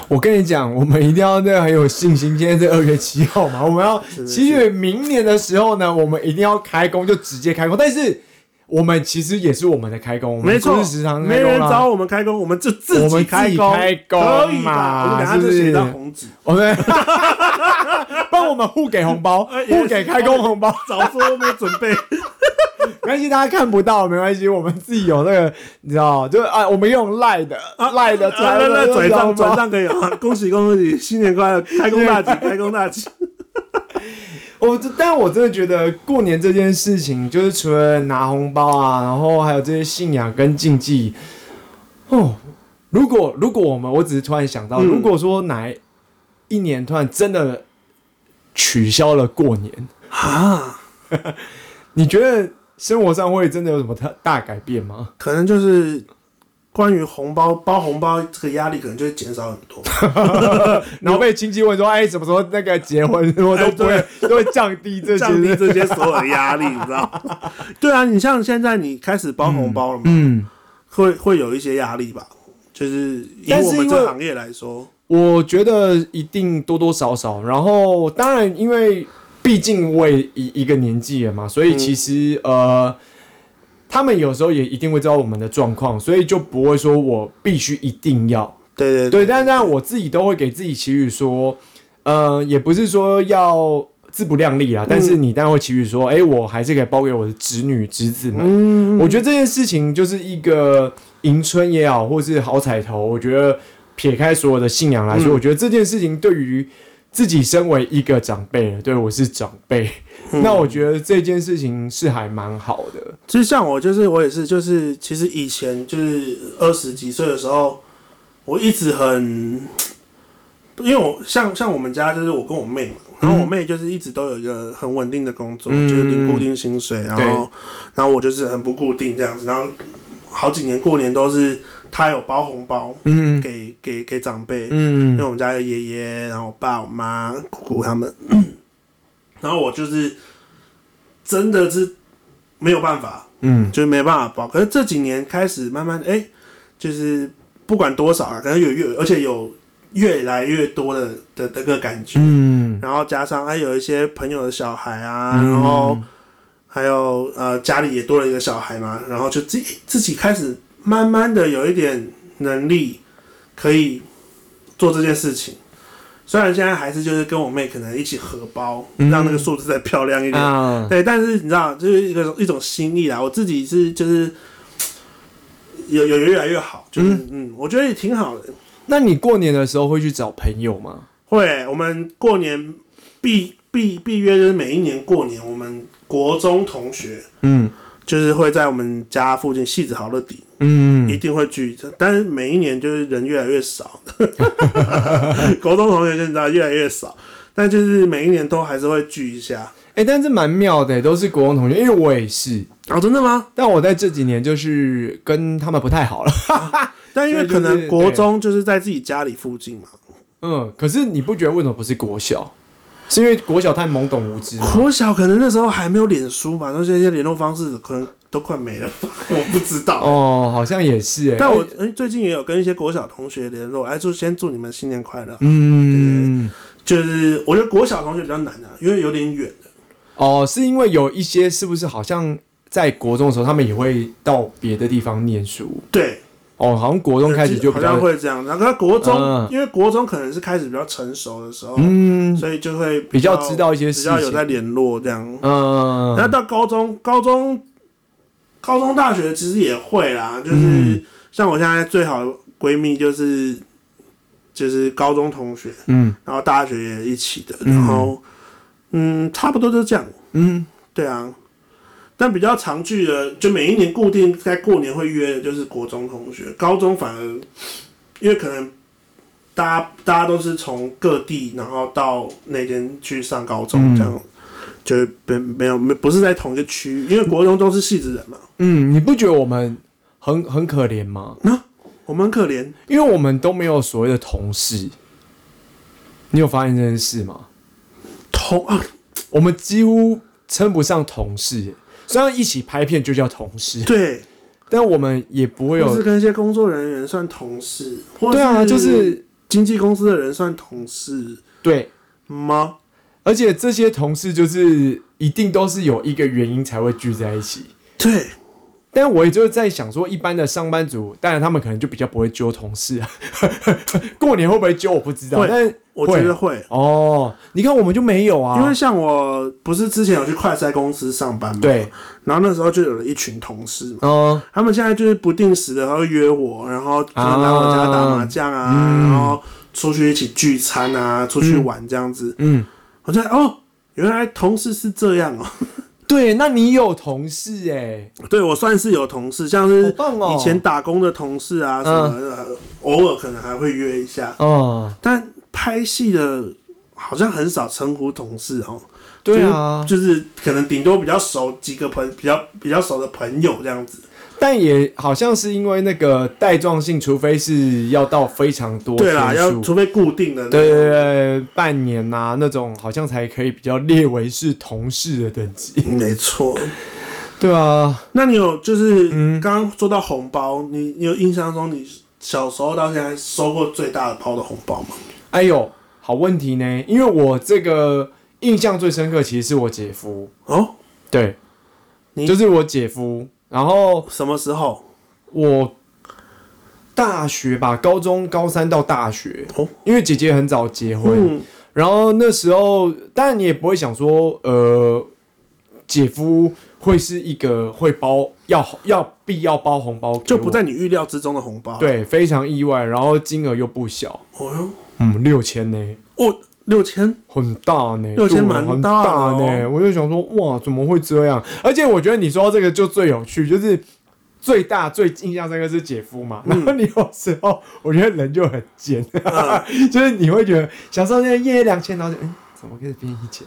B: 我跟你讲，我们一定要那个很有信心。今天是二月七号嘛，我们 要
A: 是
B: 七月明年的时候呢，我们一定要开工，就直接开工。但是我们其实也是我们的开工，我们
A: 没
B: 不
A: 错，
B: 是时常
A: 没
B: 开
A: 人
B: 工
A: 找
B: 啦。
A: 我们开工，我们就自
B: 我们自己
A: 开工，
B: 开工
A: 可以吧？
B: 嘛
A: 我们等下就是
B: 不
A: 写
B: 是
A: 一张红纸。
B: 我们哦 帮我们互给红包，
A: 哎 也
B: 互给
A: 是
B: 开工 红包，
A: 早说我没有准 备。
B: 没关系，大家看不到没关系，我们自己有那个，你知道，就是啊，我们用赖的赖的
A: 啊
B: 传
A: 那那转账
B: 红包
A: 转账可以啊！恭喜恭喜，新年快乐，开工 大吉，开工大吉。
B: 我哦这，但我真的觉得过年这件事情，就是除了拿红包啊，然后还有这些信仰跟禁忌，哦，如果如果我们，我只是突然想到，
A: 嗯
B: 如果说哪一年突然真的取消了过年，
A: 啊，
B: 你觉得生活上会真的有什么大大改变吗？
A: 可能就是关于红包包红包这个压力，可能就会减少很 多。
B: 然后被亲戚问说，哎，什么时候那个结婚，我都不会，都会降低这
A: 哎降低
B: 些，
A: 这些所有的压力，你知道吗？对啊，你像现在你开始包红包了嘛，
B: 嗯。
A: 会会有一些压力吧？就是以
B: 但是
A: 我们
B: 因
A: 这
B: 为
A: 行业来说，
B: 我觉得一定多多少少，然后当然，因为毕竟我也一一个年纪了嘛，所以其实、呃，他们有时候也一定会知道我们的状况，所以就不会说我必须一定要
A: 对对
B: 对，但但我自己都会给自己期许说，呃，也不是说要自不量力
A: 嗯
B: 啦，但是你当然会期许说，哎、我还是可以包给我的侄女侄子们，
A: 嗯，
B: 我觉得这件事情就是一个迎春也好，或是好彩头，我觉得撇开所有的信仰来说，
A: 嗯
B: 我觉得这件事情对于自己身为一个长辈了，对我是长辈，
A: 嗯
B: 那我觉得这件事情是还蛮好的。
A: 其实像我，就是我也是，就是其实以前就是二十几岁的时候，我一直很，因为我像像我们家就是我跟我妹嘛，然后我妹就是一直都有一个很稳定的工作，就是领固定薪水，然后然后我就是很不固定这样子，然后好几年过年都是她有包红包，嗯，给给给长辈，嗯，因为我们家有爷爷，然后我爸、我妈、姑姑他们，然后我就是真的是没有办法，嗯，就是没办法包。可是这几年开始慢慢，哎、就是不管多少啊，可能有越，而且有越来越多的的这个感觉，
B: 嗯，
A: 然后加上哎有一些朋友的小孩啊，然后还有呃家里也多了一个小孩嘛，然后就自己自己开始慢慢的有一点能力可以做这件事情。虽然现在还是就是跟我妹可能一起合包，让那个数字再漂亮一点，
B: 啊，
A: 对，但是你知道，就是一个一种心意啦。我自己是就是有有越来越好，就是嗯我觉得也挺好的。
B: 那你过年的时候会去找朋友吗？
A: 会，我们过年必必必约就是每一年过年，我们国中同学
B: 嗯
A: 就是会在我们家附近戏子豪乐底。
B: 嗯，
A: 一定会聚，但是每一年就是人越来越 少， 国中同学现在越来越少，但就是每一年都还是会聚一下。
B: 哎、但是蛮妙的，都是国中同学，因为我也是，
A: 哦，真的吗？
B: 但我在这几年就是跟他们不太好了。
A: 但因为
B: 所以就
A: 可能
B: 是
A: 国
B: 对
A: 中就是在自己家里附近嘛，
B: 嗯，可是你不觉得为什么不是国小？是因为国小太懵懂无知吗？
A: 国小可能那时候还没有脸书吧，那些些联络方式可能都快没了， 我不知道。
B: 哦，好像也是哎。
A: 但我哎最近也有跟一些国小同学联络，哎，就先祝你们新年快乐。
B: 嗯，
A: 就是我觉得国小同学比较难啊，因为有点远的。
B: 哦，是因为有一些是不是好像在国中的时候，他们也会到别的地方念书？
A: 对，
B: 哦，好像国中开始就
A: 好
B: 比
A: 像
B: 较
A: 会这样。然后国中，
B: 嗯
A: 因为国中可能是开始比较成熟的时候，
B: 嗯
A: 所以就会
B: 比较知道一些
A: 比
B: 事
A: 较有
B: 情。
A: 在联络这样。
B: 嗯
A: 然后到高中，高中，高中大学其实也会啦，就是、
B: 嗯
A: 像我现在最好的闺蜜就是就是高中同学，
B: 嗯
A: 然后大学也一起的，然后嗯差不多就这样，
B: 嗯，
A: 对啊。但比较常聚的，就每一年固定在过年会约的，就是国中同学，高中反而因为可能大家大家都是从各地，然后到那边去上高中，
B: 嗯
A: 这样、就没没有没不是在同一个区域，因为国中都是戏子人嘛，
B: 嗯，你不觉得我们很很可怜吗？
A: 我们很可怜。
B: 因为我们都没有所谓的同事。你有发现这件事吗？
A: 同啊，
B: 我们几乎称不上同事耶，虽然一起拍片就叫同事，
A: 对，
B: 但我们也不会
A: 或是
B: 有。
A: 跟一些工作人员算同事，或
B: 对啊，就是
A: 经纪公司的人算同事
B: 对，
A: 吗？
B: 而且这些同事就是一定都是有一个原因才会聚在一起。
A: 对，
B: 但我也就是在想说，一般的上班族，当然他们可能就比较不会揪同事啊。 过年会不会揪我不知道
A: 会，
B: 但
A: 我觉得会，
B: 哦，你看我们就没有啊，
A: 因为像我不是之前有去快筛公司上班嘛，
B: 对，
A: 然后那时候就有了一群同事嘛，
B: 嗯
A: 他们现在就是不定时的，他会约我，然后
B: 啊
A: 就是来我家打麻将啊，然后出去一起聚餐啊，出去玩这样子。
B: 嗯嗯，
A: 我在哦，原来同事是这样哦。
B: 对，那你有同事哎、
A: 对我算是有同事，像
B: 好
A: 是
B: 棒哦，
A: 以前打工的同事啊什么的，
B: 嗯
A: 偶尔可能还会约一下，
B: 哦，
A: 但拍戏的好像很少称呼同事哦。
B: 对啊，
A: 就是可能顶多比较熟几个朋比较比较熟的朋友这样子。
B: 但也好像是因为那个带状性，除非是要到非常多
A: 对啦，
B: 天
A: 要
B: 数
A: 除非固定的那种。
B: 对对对，半年呐、那种好像才可以比较列为是同事的等 级。
A: 没错。
B: 对啊，
A: 那你有就是
B: 嗯
A: 刚刚说到红包，你你有印象中你小时候到现在收过最大的包的红包吗？
B: 哎呦，好问题呢，因为我这个印象最深刻其实是我姐夫，
A: 哦，
B: 对，
A: 你
B: 就是我姐夫。然后
A: 什么时候？
B: 我大学吧，高中高三到大学，
A: 哦
B: 因为姐姐很早结婚，
A: 嗯，
B: 然后那时候，当然你也不会想说，呃，姐夫会是一个会包要要必要包红包给我，
A: 就不在你预料之中的红包。，
B: 对，非常意外，然后金额又不小，
A: 哦
B: 嗯，六千呢，
A: 哟，哦，六千，
B: 很大呢，
A: 6000
B: 对我
A: 蛮
B: 很
A: 大
B: 大
A: 的哦
B: 呢，我就想说，哇，怎么会这样？而且我觉得你说到这个就最有趣，就是。最大最印象深刻是姐夫嘛，
A: 嗯
B: 然后你有时 候我觉得人就很贱，就是你会觉得小时候那个耶两千，然后就嗯怎怎么开始变一千？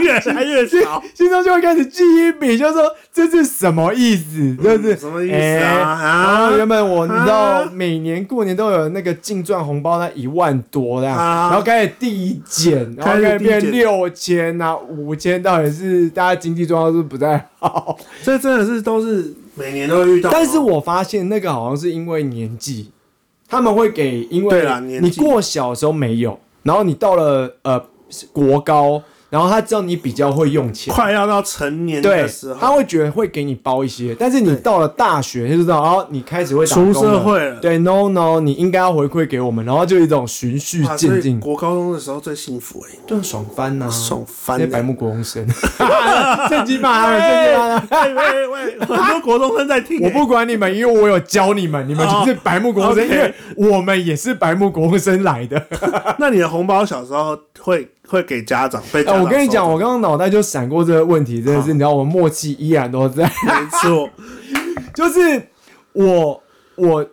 A: 越来越 少。
B: 心中就会开始记一笔，就说这是什么意思？就是、
A: 嗯什么意思啊
B: 哎
A: 啊
B: 然后原本我你知道
A: 啊，
B: 每年过年都有那个净赚红包那一万多这样，
A: 啊
B: 然后开始递减，然后
A: 开
B: 开
A: 始
B: 始
A: 递减
B: 变六千啊、五千，到底是大家经济状况是不是不太好？
A: 这真的是都是每年都会遇到。
B: 但是我发现那个好像是因为年纪，他们会给，因
A: 对
B: 为
A: 啦年纪
B: 你过小的时候没有，然后你到了呃国高，然后他知道你比较会用钱。
A: 快要到成年
B: 对
A: 的时，
B: 他
A: 候，
B: 会觉得会给你包一些，但是你到了大学就知道，哦，你开始会打
A: 出
B: 工
A: 社会
B: 了
A: 了，
B: 对，no no，你应该要回馈给我们，然后就有一种循序
A: 哇所
B: 渐
A: 以
B: 进，
A: 国高中的时候最幸福哎，
B: 就爽翻啊呐、
A: 爽
B: 这
A: 翻
B: 些
A: 了。
B: 嗯白目国中 生，趁机骂他们，趁机骂他们。
A: 喂喂喂，很多国中生在听欸，
B: 我不 管你们，因为我有教你们，你们就是白目国中生，
A: 哦
B: 因为我们也是白目国中生来 的。
A: 那你的红包小时候会会给家长被家
B: 哎，
A: 长
B: 我跟你讲，
A: 收
B: 我刚刚脑袋就闪过这个问题，真的是，你知道，我们默契依然都在。
A: 走，没 错，
B: 就是我我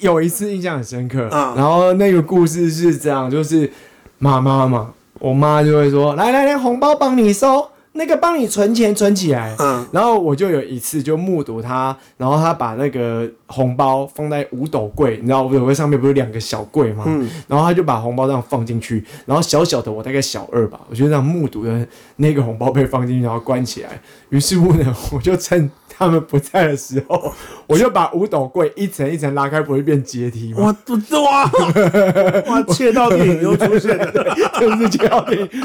B: 有一次印象很深刻，
A: 嗯
B: 然后那个故事是这样，就是妈妈嘛，我妈就会说，来来来，红包帮你收，那个帮你存钱存起来。
A: 嗯
B: 然后我就有一次就目睹她，然后她把那个红包放在五斗柜，你知道五斗柜上面不是有两个小柜吗？
A: 嗯
B: 然后她就把红包这样放进去，然后小小的我大概小二吧，我就这样目睹的那个红包被放进去，然后关起来。于是乎呢， 我就趁他们不在的时候，我就把五斗柜一层一层拉开，不会变阶梯吗？
A: 哇哇 哇，窃盗电影又出现了，
B: 就是这样，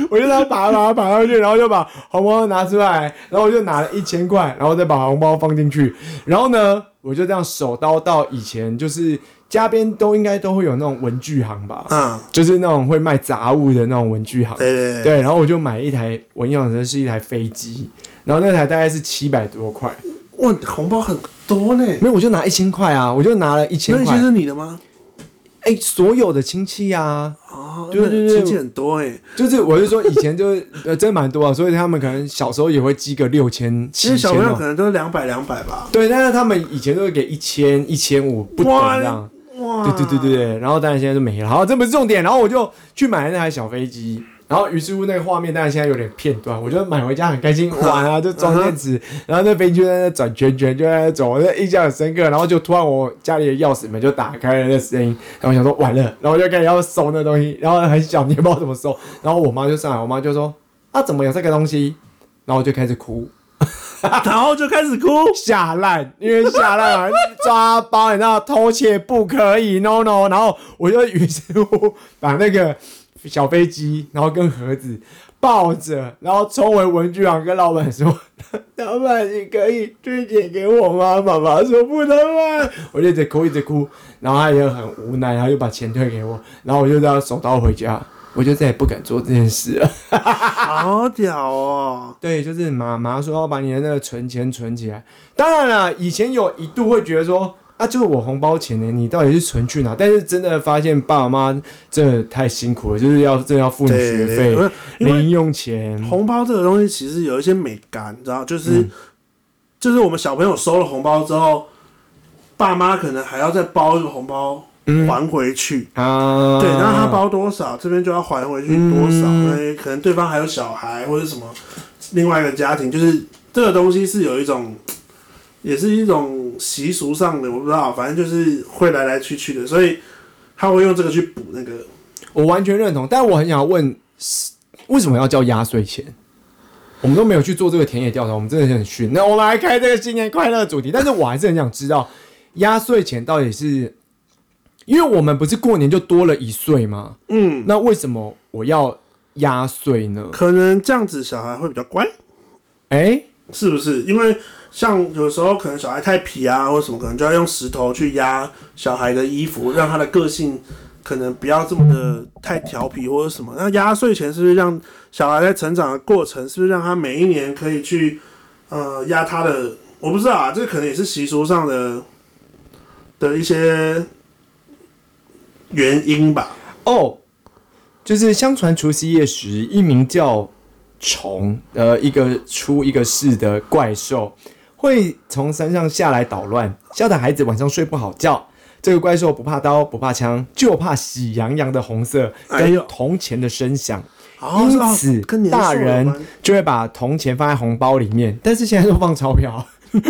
B: 我就这样拔拔拔上去，然后就把红包拿出来，然后我就拿了一千块，然后再把红包放进去，然后呢，我就这样手刀到以前就是家边都应该都会有那种文具行吧，
A: 嗯，
B: 就是那种会卖杂物的那种文具行，
A: 对对对，
B: 对，然后我就买一台，我印象中是一台飞机，然后那台大概是七百多块，
A: 哇，你红包很多呢，
B: 没有，我就拿一千块啊，我就拿了一千
A: 那一
B: 块
A: 些，是你的吗？
B: 哎、所有的亲戚啊，
A: 哦，
B: 对对
A: 那
B: 对
A: 亲戚很多哎，
B: 就是我是说以前就是呃真的蛮多啊，所以他们可能小时候也会积个六千、
A: 其
B: 七
A: 实
B: 千
A: 小朋友可
B: 哦。
A: 能都是两百两百吧，
B: 对，但是他们以前都会给一千、一千五不等
A: 哇
B: 这样。
A: 哇，
B: 对对对对对，然后当然现在就没了，好，这不是重点。然后我就去买那台小飞机，然后于是乎那个画面，当然现在有点片段，我就买回家很开心玩啊，就装电池，然后那飞机就在那转圈圈，就在那走，我就印象很深刻。然后就突然我家里的钥匙门就打开了那声音，然后我想说完了，然后我就开始要收那东西，然后很小，你也不知道怎么收。然后我妈就上来，我妈就说啊，怎么有这个东西？然后我就开始哭。
A: 然后就开始哭，
B: 下烂，因为下烂啊，抓包，你知道偷窃不可以，no no。然后我就于是乎把那个小飞机，然后跟盒子抱着，然后冲回文具行跟老板说：“老板，你可以退钱给我吗？”爸爸说：“不能卖。”我就一直哭，一直哭，然后他也很无奈，他就把钱退给我，然后我就这样手刀回家，我就再也不敢做这件事了。
A: 好屌哦，
B: 对，就是妈妈说要把你的那个存钱存起来。当然了，以前有一度会觉得说啊，就是我红包钱呢，你到底是存去哪？但是真的发现爸妈真的太辛苦了，就是要真的要付你学
A: 对
B: 费、
A: 对，因为
B: 零用钱。
A: 红包这个东西其实有一些美感，你知道，就是、
B: 嗯
A: 就是我们小朋友收了红包之后，爸妈可能还要再包一个红包还回去。
B: 嗯啊，
A: 对，然后他包多少，这边就要还回去多少。
B: 嗯
A: 那、可能对方还有小孩或者什么，另外一个家庭，就是这个东西是有一种，也是一种习俗上的，我不知道，反正就是会来来去去的，所以他会用这个去补那个。
B: 我完全认同，但我很想问，是为什么要叫压岁钱？我们都没有去做这个田野调查，我们真的是很逊。那我们来开这个新年快乐主题，但是我还是很想知道，压岁钱到底是，因为我们不是过年就多了一岁吗？
A: 嗯，
B: 那为什么我要压岁呢？
A: 可能这样子小孩会比较乖。
B: 哎、
A: 是不是？因为像有时候可能小孩太皮啊，或者什么，可能就要用石头去压小孩的衣服，让他的个性可能不要这么的太调皮或者什么。那压岁钱是不是让小孩在成长的过程，是不是让他每一年可以去呃压他的？我不知道啊，这可能也是习俗上的的一些原因吧。
B: 哦，就是相传除夕夜时，一名叫虫，呃，一个出一个世的怪兽，会从山上下来捣乱，吓得孩子晚上睡不好觉。这个怪兽不怕刀，不怕枪，就怕喜洋洋的红色
A: 哎
B: 跟
A: 呦
B: 铜钱的声响。
A: 哦
B: 因
A: 是哦
B: 此
A: 跟年数
B: 大
A: 有
B: 人
A: 关
B: 就会把铜钱放在红包里面，但是现在都放钞票，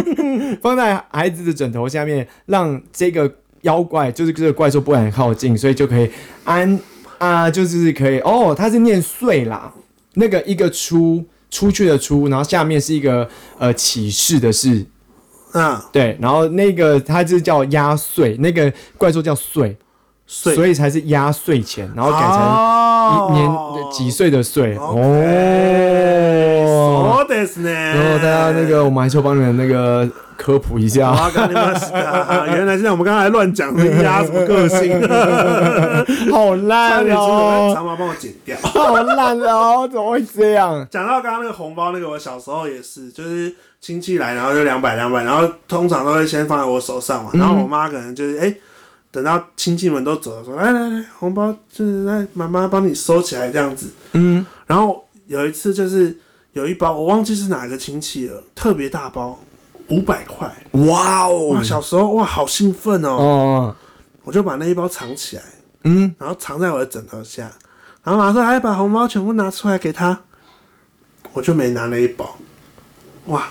B: 放在孩子的枕头下面，让这个妖怪就是这个怪兽不敢靠近，所以就可以安啊，就是可以哦，它是念岁啦，那个一个出出去的出，然后下面是一个呃启示的示，
A: 啊，
B: 对，然后那个它就叫压岁，那个怪兽叫岁，
A: 岁，
B: 所以才是压岁钱，然后改成
A: 哦
B: 一年几岁的岁哦。
A: そうですね。
B: 然后大家那个，我们还是要帮你们那个科普一下，
A: 哇，看你们是啊，原来现在我们刚才乱讲的压什么个性，
B: 好
A: 差
B: 烂
A: 点说
B: 哦，
A: 长毛帮我剪掉。
B: 好烂哦，怎么会这样？
A: 讲到刚刚那个红包，那个我小时候也是，就是亲戚来，然后就两百两百，然后通常都会先放在我手上嘛，然后我妈可能就是哎、等到亲戚们都走了，说来来来，红包就是来妈妈帮你收起来这样子。
B: 嗯，
A: 然后有一次就是有一包，我忘记是哪个亲戚了，特别大包，五百块。
B: 哇哦
A: 哇，，小时候哇，好兴奋哦！
B: 哦，
A: 我就把那一包藏起来，
B: 嗯，
A: 然后藏在我的枕头下，然后马上还哎把红包全部拿出来给他，我就没拿那一包，哇，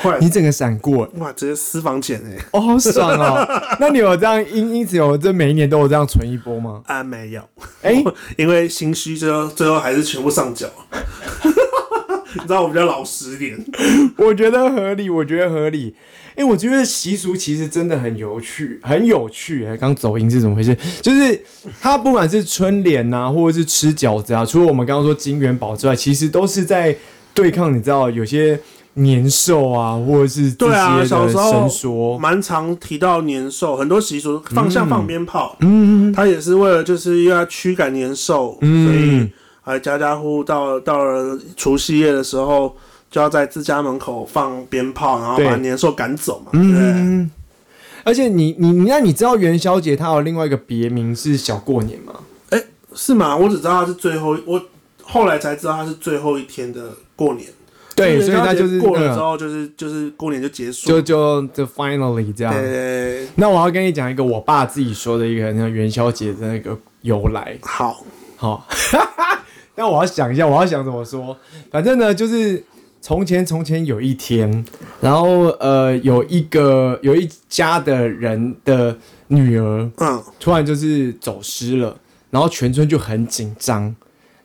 A: 坏
B: 你整个闪过，
A: 哇，直接私房钱哎、
B: 哦，好爽 哦。那你有这样因因此有这每一年都有这样存一波吗？
A: 啊，没有，
B: 哎，
A: 因为心虚，最后最后还是全部上缴。 你知道我比较老实一点，
B: 我觉得合理，我觉得合理。哎、我觉得习俗其实真的很有趣，很有趣、哎，刚走音是怎么回事？就是它不管是春联呐、或者是吃饺子啊，除了我们刚刚说金元宝之外，其实都是在对抗。你知道有些年兽啊，或者是这
A: 对啊，
B: 些
A: 小
B: 的
A: 时
B: 神
A: 候
B: 说，
A: 蛮常提到年兽，很多习俗放像放鞭炮，
B: 嗯，
A: 它也是为了就是要驱赶年兽，所以
B: 嗯
A: 啊，家家户户到到了除夕夜的时候，就要在自家门口放鞭炮，然后
B: 对
A: 把年兽赶走嘛。对，
B: 嗯，而且你你那你知道元宵节它有另外一个别名是小过年吗？
A: 是吗？我只知道它是最后一，我后来才知道它是最后一天的过年。
B: 对，
A: 就是
B: 所以它就是
A: 元宵节过了
B: 那
A: 之
B: 个
A: 后，就是就是过年就结束。
B: 就就就 finally 这样。
A: 呃，
B: 那我要跟你讲一个我爸自己说的一个那个元宵节的那个由来，
A: 好，
B: 好， 那我要想一下，我要想怎么说。反正呢，就是从前从前有一天，然后呃，有一个有一家的人的女儿
A: 嗯，
B: 突然就是走失了，然后全村就很紧张，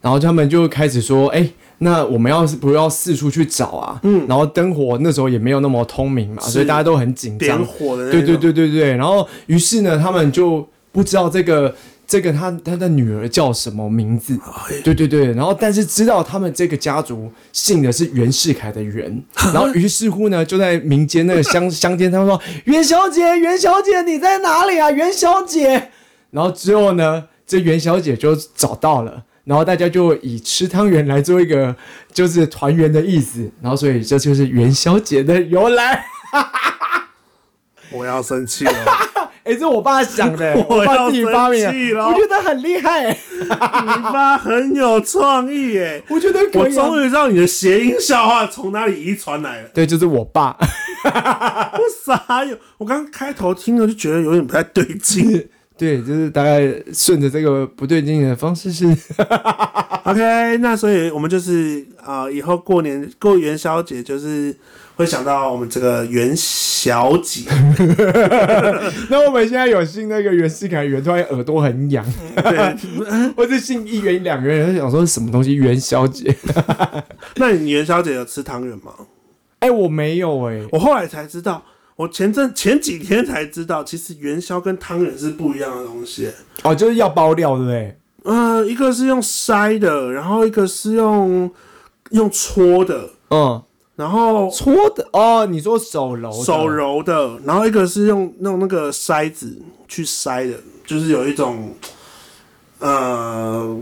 B: 然后他们就开始说，哎、那我们要是不要四处去找啊？嗯，然后灯火那时候也没有那么通明嘛，
A: 是
B: 所以大家都很紧张
A: 点，火的那
B: 对对
A: 种，
B: 对对对，然后于是呢，他们就不知道这个这个他他的女儿叫什么名字，
A: 哎
B: 对对对，然后但是知道他们这个家族姓的是袁世凯的袁，然后于是乎呢，就在民间那个乡 乡间，他们说袁小姐，袁小姐你在哪里啊，袁小姐，然后之后呢，这袁小姐就找到了。然后大家就以吃汤圆来做一个就是团圆的意思，然后所以这就是元宵节的由来。
A: 我要生气了，
B: 哎、这我爸想的、
A: 我 要
B: 我爸自己发明的
A: 生气，了
B: 我觉得很厉害、
A: 你妈很有创意耶！
B: 我觉得可
A: 我
B: 以、啊。
A: 终于知道你的谐音笑话从哪里遗传来了。
B: 对，就是我爸，
A: 我傻眼，我刚开头听了就觉得有点不太对 劲。
B: 对，就是大概顺着这个不对劲的方式是，
A: OK，那所以我们就是啊、呃以后过年过元宵节就是会想到我们这个元宵节，
B: 那我们现在有姓那个袁世凯袁，突然耳朵很痒，嗯
A: 对，
B: 或者姓一元两元，就想说是什么东西元宵节？
A: 那你元宵节有吃汤圆吗？
B: 哎、我没有哎、
A: 我后来才知道，我前阵前几天才知道，其实元宵跟汤圆是不一样的东西。
B: 哦，就是要包料，对不对？
A: 呃，一个是用筛的，然后一个是用用搓的，
B: 嗯，
A: 然后
B: 搓的哦，你说手揉的，
A: 手揉的，然后一个是用用那个筛子去筛的，就是有一种，呃，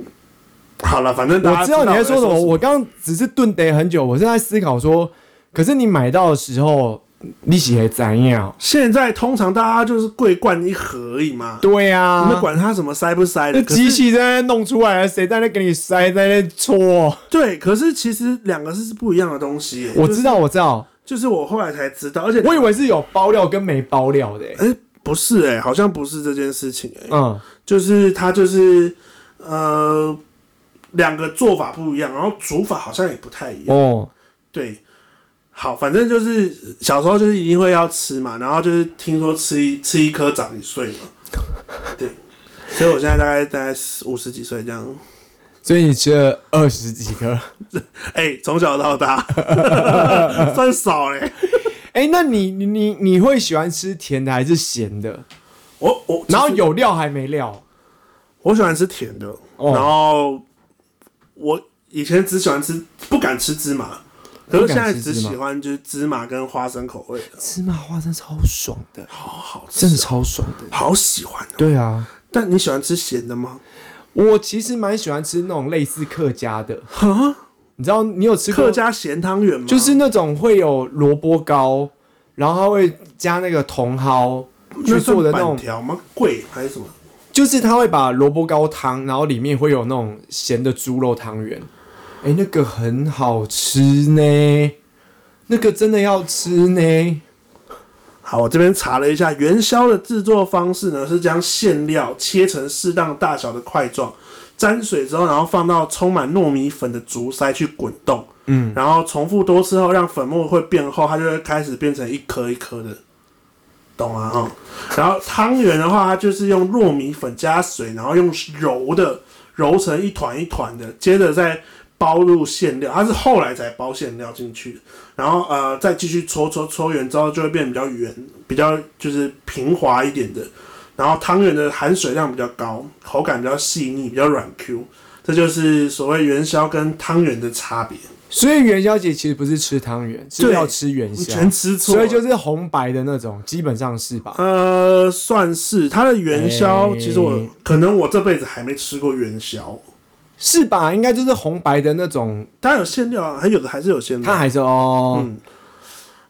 A: 好了，反正大家
B: 我知道你
A: 在
B: 在说什么，
A: 么，
B: 我刚刚只是顿得很久，我是在思考说，可是你买到的时候，你写怎样？
A: 现在通常大家就是桂冠一盒而已嘛，
B: 对
A: 你
B: 啊，
A: 们管它什么筛不筛
B: 那
A: 的，可是
B: 机器在那弄出来了，谁在那给你塞，在那搓？
A: 对，可是其实两个是不一样的东西耶，
B: 我
A: 就
B: 知
A: 是
B: 道，我知道，
A: 就是我后来才知道，而且
B: 我以为是有包料跟没包料的、欸。
A: 哎、不是哎、好像不是这件事情哎、
B: 嗯，
A: 就是它就是呃，两个做法不一样，然后煮法好像也不太一样。
B: 哦，
A: 对，好，反正就是小时候就是一定会要吃嘛，然后就是听说吃一吃一颗长一岁嘛，对，所以我现在大概大概五十几岁这样，
B: 所以你吃了二十几颗。
A: 哎、从小到大 算少嘞、
B: 哎、那你你你你会喜欢吃甜的还是咸的？
A: 我我
B: 然后
A: 其实
B: 有料还没料？
A: 我喜欢吃甜的，
B: 哦
A: 然后我以前只喜欢吃不敢吃芝麻。可是现在只喜欢就是芝麻跟花生口味的，
B: 芝麻花生超爽的，
A: 好好吃，
B: 真的超爽的。
A: 好喜欢哦。
B: 对啊，
A: 但你喜欢吃咸的吗？
B: 我其实蛮喜欢吃那种类似客家的。
A: 哈，
B: 你知道你有吃过
A: 啊客家咸汤圆吗？
B: 就是那种会有萝卜糕，然后它会加那个茼蒿去
A: 那
B: 做的那
A: 算板
B: 种，
A: 条吗？贵还是什么？
B: 就是它会把萝卜糕汤，然后里面会有那种咸的猪肉汤圆，哎、那个很好吃呢，那个真的要吃呢。
A: 好，我这边查了一下，元宵的制作方式呢是将馅料切成适当大小的块状，沾水之后，然后放到充满糯米粉的竹筛去滚动，嗯，然后重复多次后，让粉末会变厚，它就会开始变成一颗一颗的，懂吗？哈，然后汤圆的话，它就是用糯米粉加水，然后用揉的揉成一团一团的，接着再包入馅料，它是后来才包馅料进去的。然后呃再继续搓搓搓圆之后，就会变比较圆，比较就是平滑一点的。然后汤圆的含水量比较高，口感比较细腻，比较软 Q，这就是所谓元宵跟汤圆的差别。
B: 所以元宵节其实不是吃汤圆，是
A: 对
B: 要吃元
A: 你
B: 宵，
A: 全吃错了，
B: 所以就是红白的那种，基本上是吧？
A: 呃，算是它的元宵。
B: 哎
A: 其实我可能我这辈子还没吃过元宵，
B: 是吧？应该就是红白的那种，
A: 当然有馅料啊，还有的还是有馅料
B: 它。还是哦，
A: 嗯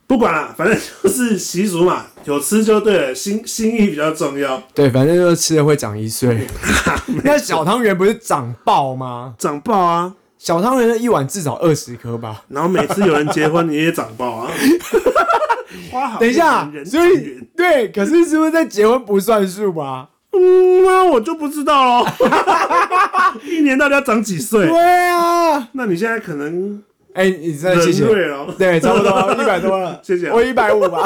A: 不管了，反正就是习俗嘛，有吃就对了，心心意比较重要。
B: 对，反正就是吃了会长一 岁。那小汤圆不是长爆吗？
A: 长爆啊！
B: 小汤圆的一碗至少二十颗吧。
A: 然后每次有人结婚，你也长爆 啊！花好
B: 等一下
A: 人，人
B: 所
A: 均
B: 以
A: 匀
B: 对，可是是不是在结婚不算数吧？
A: 嗯，那我就不知道了。 一年到底要长几岁？
B: 对啊，
A: 那你现在可能
B: 哎、你真的谢
A: 人
B: 谢，
A: 瑞了。
B: 对，差不 多一百多了，
A: 谢啊谢
B: 我一百五吧。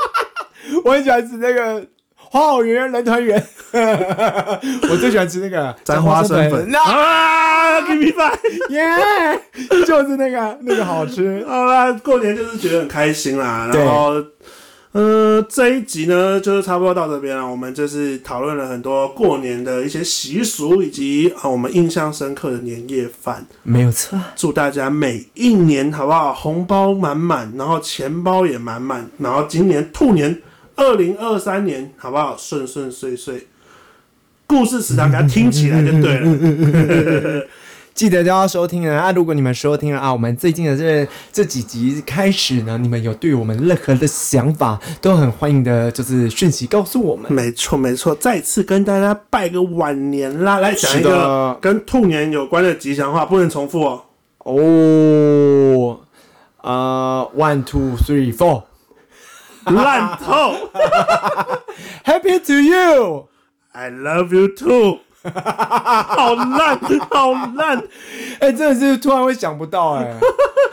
B: 我很喜欢吃那个花好圆圆人团圆， 我最喜欢吃那个
A: 沾花生粉
B: 那
A: 啊，give me five！
B: 耶就是那个那个好吃。
A: 好啦，过年就是觉得很开心啦。
B: 对
A: 然后，呃，这一集呢，就是差不多到这边了。我们就是讨论了很多过年的一些习俗，以及啊我们印象深刻的年夜饭。
B: 没有错，
A: 祝大家每一年好不好？红包满满，然后钱包也满满，然后今年兔年二零二三年好不好？顺顺遂遂，故事食堂给它听起来就
B: 嗯
A: 对了。
B: 记得都要收听啊！啊如果你们收听了啊，我们最近的这这几集开始呢，你们有对我们任何的想法，都很欢迎的，就是讯息告诉我们。
A: 没错没错，再次跟大家拜个晚年啦！来讲一
B: 是
A: 个
B: 的
A: 跟兔年有关的吉祥话，不能重复哦。
B: 哦，呃，one two three four，happy
A: 烂透
B: to you。
A: ，I love you too。好烂，好烂！
B: 哎、真的是突然会想不到 哎、啊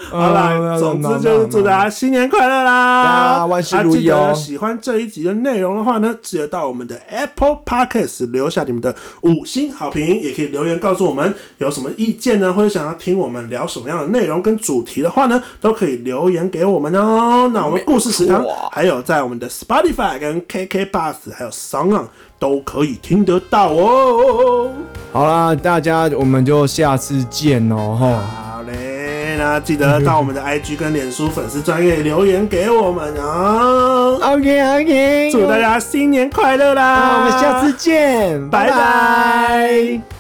A: 好
B: 哦
A: 啦，总之就是祝大家新年快乐
B: 大
A: 啦！
B: 家万事如意哦
A: 啊记得喜欢这一集的内容的话呢，记得到我们的 Apple Podcast 留下你们的五星好评，也可以留言告诉我们有什么意见呢，或者想要听我们聊什么样的内容跟主题的话呢，都可以留言给我们哦。那我们故事食堂
B: 没错
A: 还有在我们的 Spotify 跟 KK Bus 还有 s o n g 都可以听得到哦。
B: 好啦，大家我们就下次见哦，吼。
A: 好嘞，那记得到我们的 IG 跟脸书粉丝专业留言给我们哦。
B: OK OK，
A: 祝大。家新年快乐啦！
B: 那我们下次见，
A: 拜
B: 拜
A: 拜
B: 拜